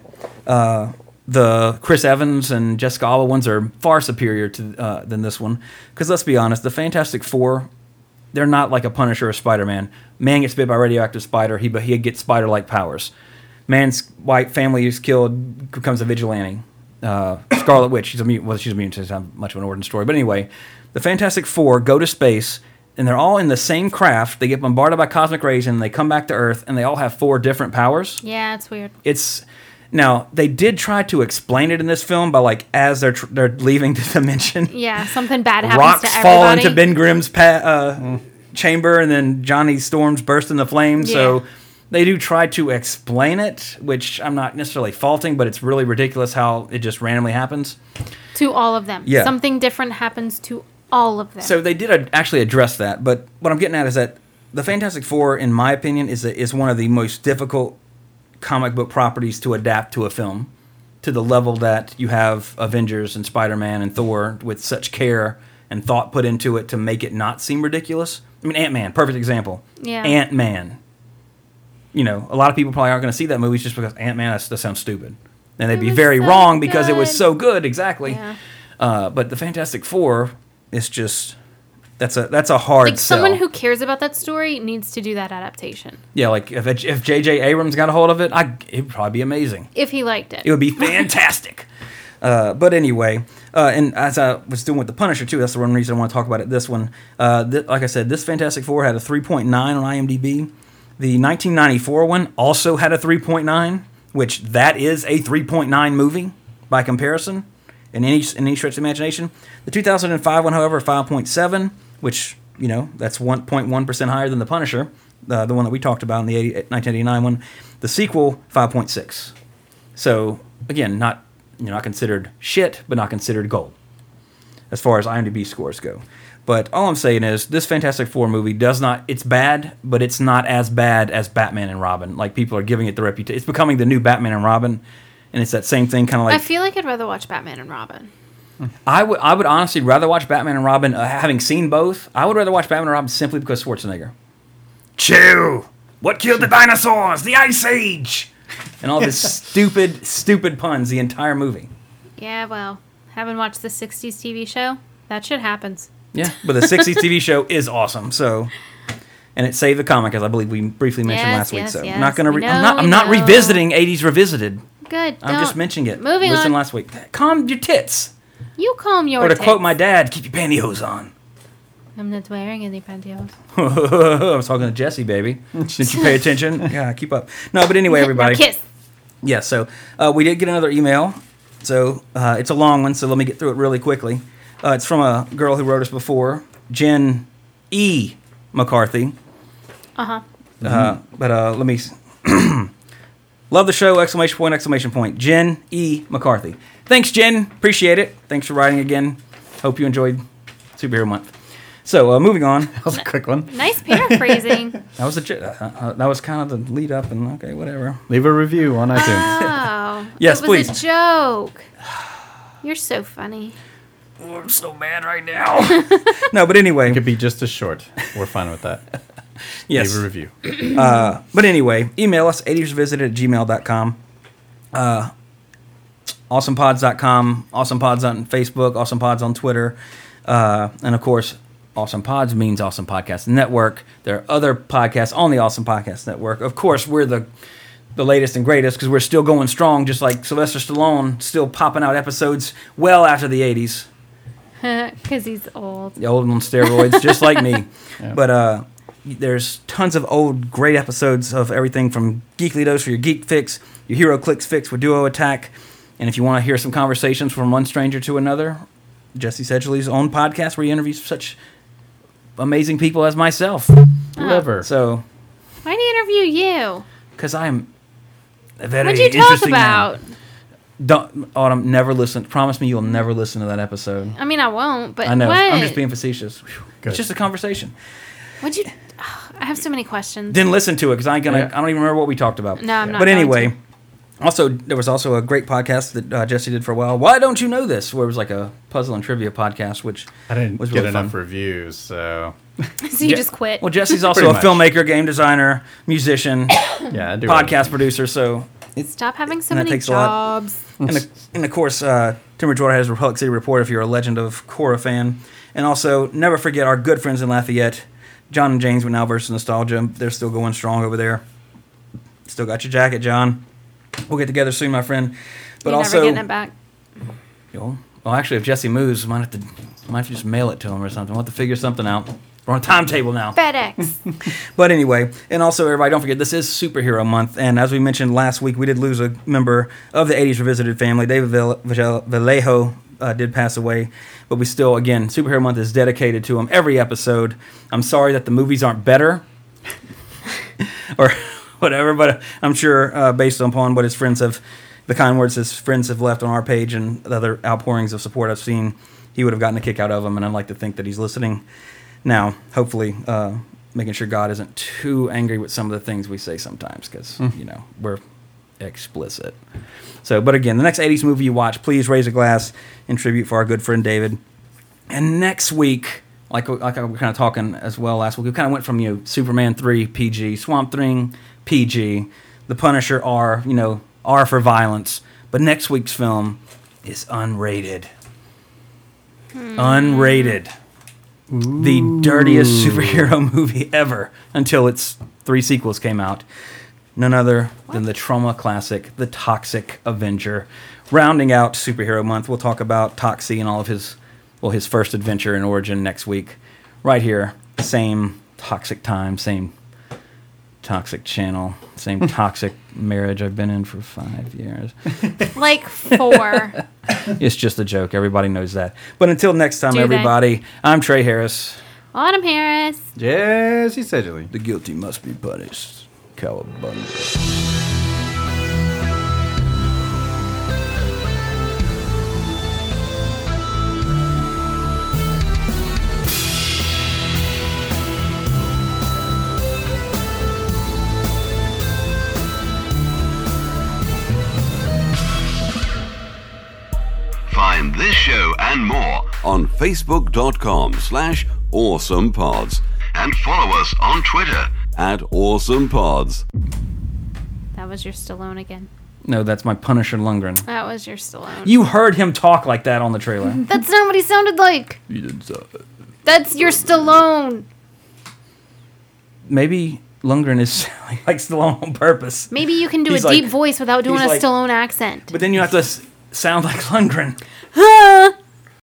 Speaker 4: Uh, the Chris Evans and Jessica Alba ones are far superior to uh, than this one. Because let's be honest, the Fantastic Four, they're not like a Punisher or Spider Man. Man gets bit by a radioactive spider. He but he gets spider like powers. Man's white family is killed, becomes a vigilante. Uh, Scarlet Witch, she's a mutant. Well, she's a mutant. so It's not much of an origin story, but anyway, the Fantastic Four go to space. And they're all in the same craft. They get bombarded by cosmic rays, and they come back to Earth, and they all have four different powers
Speaker 6: Yeah, it's weird.
Speaker 4: it's now they did try to explain it in this film by like as they're tr- they're leaving the dimension,
Speaker 6: Yeah, something bad happens to
Speaker 4: rocks
Speaker 6: everybody.
Speaker 4: fall into Ben Grimm's pa- uh, chamber, and then Johnny Storms burst into flames.
Speaker 6: Yeah.
Speaker 4: So they do try to explain it, which I'm not necessarily faulting, but it's really ridiculous how it just randomly happens.
Speaker 6: To all of them.
Speaker 4: Yeah.
Speaker 6: Something different happens to all of them.
Speaker 4: So they did ad- actually address that, but what I'm getting at is that the Fantastic Four, in my opinion, is a, is one of the most difficult comic book properties to adapt to a film, to the level that you have Avengers and Spider Man and Thor with such care and thought put into it to make it not seem ridiculous. I mean, Ant Man, perfect example.
Speaker 6: Yeah.
Speaker 4: Ant Man. You know, a lot of people probably aren't going to see that movie just because Ant Man. That sounds stupid, and they'd
Speaker 6: It
Speaker 4: be
Speaker 6: was
Speaker 4: very
Speaker 6: so
Speaker 4: wrong because it was
Speaker 6: good.
Speaker 4: so good. Exactly.
Speaker 6: Yeah.
Speaker 4: Uh, but the Fantastic Four is just that's a that's a hard
Speaker 6: like someone
Speaker 4: sell.
Speaker 6: who cares about that story needs to do that adaptation.
Speaker 4: yeah, like if if J.J. Abrams got a hold of it, I it'd probably be amazing.
Speaker 6: If he liked it.
Speaker 4: It would be fantastic. Uh, but anyway, uh, and as I was doing with the Punisher too, that's the one reason I want to talk about it. This one, uh, th- like I said, this Fantastic Four had a 3.9 on IMDb. The 1994 one also had a 3.9, which that is a 3.9 movie by comparison. In any in any stretch of the imagination, the 2005 one, however, 5.7, which you know that's 1.1 percent higher than the Punisher, uh, the one that we talked about in the 80, 1989 one. The sequel, 5.6. So again, not you know, not considered shit, but not considered gold as far as IMDb scores go. But all I'm saying is this Fantastic Four movie does not. It's bad, but it's not as bad as Batman and Robin. Like people are giving it the reputation. It's becoming the new Batman and Robin, and it's that same thing. Kind of
Speaker 6: I
Speaker 4: like
Speaker 6: feel like I'd rather watch Batman and Robin.
Speaker 4: I would. I would honestly rather watch Batman and Robin. Uh, having seen both, I would rather watch Batman and Robin simply because Schwarzenegger.
Speaker 7: Chew! What killed the dinosaurs? The Ice Age!
Speaker 4: And all this stupid, stupid puns the entire movie.
Speaker 6: Yeah, well, haven't watched the 60s TV show? That shit happens.
Speaker 4: Yeah, but the '60s TV show is awesome. So, and it saved the comic, as I believe we briefly mentioned
Speaker 6: Yes,
Speaker 4: last week.
Speaker 6: yes,
Speaker 4: So,
Speaker 6: yes.
Speaker 4: I'm not gonna.
Speaker 6: We
Speaker 4: Re- I'm
Speaker 6: know,
Speaker 4: not.
Speaker 6: we
Speaker 4: I'm not
Speaker 6: know.
Speaker 4: revisiting '80s revisited.
Speaker 6: Good.
Speaker 4: I'm
Speaker 6: don't-
Speaker 4: just mentioning it.
Speaker 6: Moving
Speaker 4: Listen
Speaker 6: on.
Speaker 4: last week. Calm your tits,
Speaker 6: you calm your
Speaker 4: or to
Speaker 6: tits.
Speaker 4: quote my dad, keep your pantyhose on.
Speaker 6: I'm not wearing any pantyhose.
Speaker 4: I was talking to Jesse, baby. Did you pay attention? Yeah, keep up. No, but anyway, everybody.
Speaker 6: Now kiss.
Speaker 4: Yeah, so uh, we did get another email. So uh, it's a long one, so let me get through it really quickly. Uh, it's from a girl who wrote us before, Jen E. McCarthy.
Speaker 6: Uh-huh.
Speaker 4: Uh, but uh, let me. s- Love the show! Exclamation point! Exclamation point! Jen E. McCarthy. Thanks, Jen. Appreciate it. Thanks for writing again. Hope you enjoyed Superhero Month. So uh, moving on.
Speaker 8: That was a quick one.
Speaker 6: Nice paraphrasing.
Speaker 4: That was the j- uh, uh, that was kind of the lead up, and okay, whatever.
Speaker 8: Leave a review on
Speaker 4: Uh,
Speaker 8: iTunes.
Speaker 6: oh.
Speaker 4: Yes,
Speaker 6: it was
Speaker 4: please.
Speaker 6: a joke. You're so funny.
Speaker 7: Oh, I'm so mad right now.
Speaker 4: No, but anyway,
Speaker 8: It could be just as short. We're fine with that.
Speaker 4: yes. Uh,
Speaker 8: Leave a review.
Speaker 4: But anyway, email us 80svisit at gmail.com. Uh, awesomepods.com, awesomepods on Facebook, awesomepods on Twitter. Uh, and of course, Awesome Pods means Awesome Podcast Network. There are other podcasts on the Awesome Podcast Network. Of course, we're the the latest and greatest because we're still going strong, just like Sylvester Stallone, still popping out episodes well after the 80s.
Speaker 6: Because he's old.
Speaker 4: The old on steroids, just like me. But uh, there's tons of old great episodes of everything from Geekly Dose for your Geek Fix, your Hero Clicks Fix with Duo Attack, and if you want to hear some conversations from one stranger to another, Jesse Sedgley's own podcast where he interviews such amazing people as myself.
Speaker 8: Whatever.
Speaker 4: So,
Speaker 6: Why do you interview you?
Speaker 4: because I'm a very
Speaker 6: What'd you talk
Speaker 4: interesting
Speaker 6: about?
Speaker 4: man. Don't, Autumn, never listen. Promise me you'll never listen to that episode.
Speaker 6: I mean, I won't, but
Speaker 4: I know.
Speaker 6: what?
Speaker 4: I'm just being facetious. Whew.
Speaker 8: Good.
Speaker 4: It's just a conversation.
Speaker 6: What'd you. Ugh, I have so many questions.
Speaker 4: Didn't listen to it because I ain't gonna.
Speaker 8: Yeah.
Speaker 4: I don't even remember what we talked about.
Speaker 6: No, I'm not
Speaker 4: But
Speaker 6: going
Speaker 4: anyway,
Speaker 6: to.
Speaker 4: also there was also a great podcast that uh, Jesse did for a while. Why don't you know this? Where it was like a puzzle and trivia podcast, which
Speaker 8: I didn't
Speaker 4: was
Speaker 8: get
Speaker 4: really
Speaker 8: enough
Speaker 4: fun.
Speaker 8: reviews, so
Speaker 6: so you just quit.
Speaker 4: Well, Jesse's also
Speaker 8: Pretty
Speaker 4: a
Speaker 8: much.
Speaker 4: filmmaker, game designer, musician,
Speaker 8: yeah, I do.
Speaker 4: podcast producer. So,
Speaker 6: Stop having so
Speaker 4: and that
Speaker 6: many
Speaker 4: takes a lot.
Speaker 6: jobs.
Speaker 4: and, of- and of course, uh, Tim Jordan has Republic City Report. If you're a Legend of Korra fan, and also never forget our good friends in Lafayette, John and James with Now versus Nostalgia. They're still going strong over there. Still got your jacket, John. We'll get together soon, my friend. But
Speaker 6: You're
Speaker 4: also,
Speaker 6: never getting it back.
Speaker 4: Yo. Well, actually, if Jesse moves, might have to might have to just mail it to him or something. We'll have to figure something out. We're on a timetable now.
Speaker 6: FedEx.
Speaker 4: But anyway, and also everybody, don't forget this is Superhero Month, and as we mentioned last week, we did lose a member of the '80s Revisited family. David Val- Vigel- Vallejo uh, did pass away, but we still, again, Superhero Month is dedicated to him. Every episode. I'm sorry that the movies aren't better, or whatever, but I'm sure uh, based upon what his friends have, the kind words his friends have left on our page and the other outpourings of support I've seen, he would have gotten a kick out of him, and I'd like to think that he's listening now, hopefully, uh, making sure God isn't too angry with some of the things we say sometimes, because, you know, we're explicit. So, but again, the next 80s movie you watch, please raise a glass in tribute for our good friend David. And next week, like, like we were kind of talking as well last week, we kind of went from, you know, Superman 3, PG, Swamp Thing, PG, The Punisher, R, you know, R for violence. But next week's film is unrated. Unrated. The dirtiest superhero movie ever until its three sequels came out. None other than the trauma classic, The Toxic Avenger. Rounding out Superhero Month, we'll talk about Toxie and all of his, well, his first adventure and origin next week. Right here, same toxic time, same toxic channel, same toxic marriage I've been in for five years.
Speaker 6: like four.
Speaker 4: It's just a joke. Everybody knows that. But until next time,
Speaker 6: Do they?
Speaker 4: everybody, I'm Trey Harris.
Speaker 6: Autumn Harris.
Speaker 8: Jesse Sedgley.
Speaker 4: The guilty must be punished. Cowabunga.
Speaker 1: Find this show and more on facebook.com slash awesomepods and follow us on Twitter at awesomepods.
Speaker 6: That was your Stallone again.
Speaker 4: No, that's my Punisher Lundgren.
Speaker 6: That was your Stallone.
Speaker 4: You heard him talk like that on the trailer.
Speaker 6: That's not what he sounded like.
Speaker 1: You did something.
Speaker 6: That's your Stallone.
Speaker 4: Maybe Lundgren is sounding like Stallone on purpose.
Speaker 6: Maybe you can do
Speaker 4: He's
Speaker 6: a
Speaker 4: like-
Speaker 6: deep voice without doing a
Speaker 4: he's like-
Speaker 6: Stallone accent.
Speaker 4: But then you have to s- sound like Lundgren.
Speaker 6: Huh?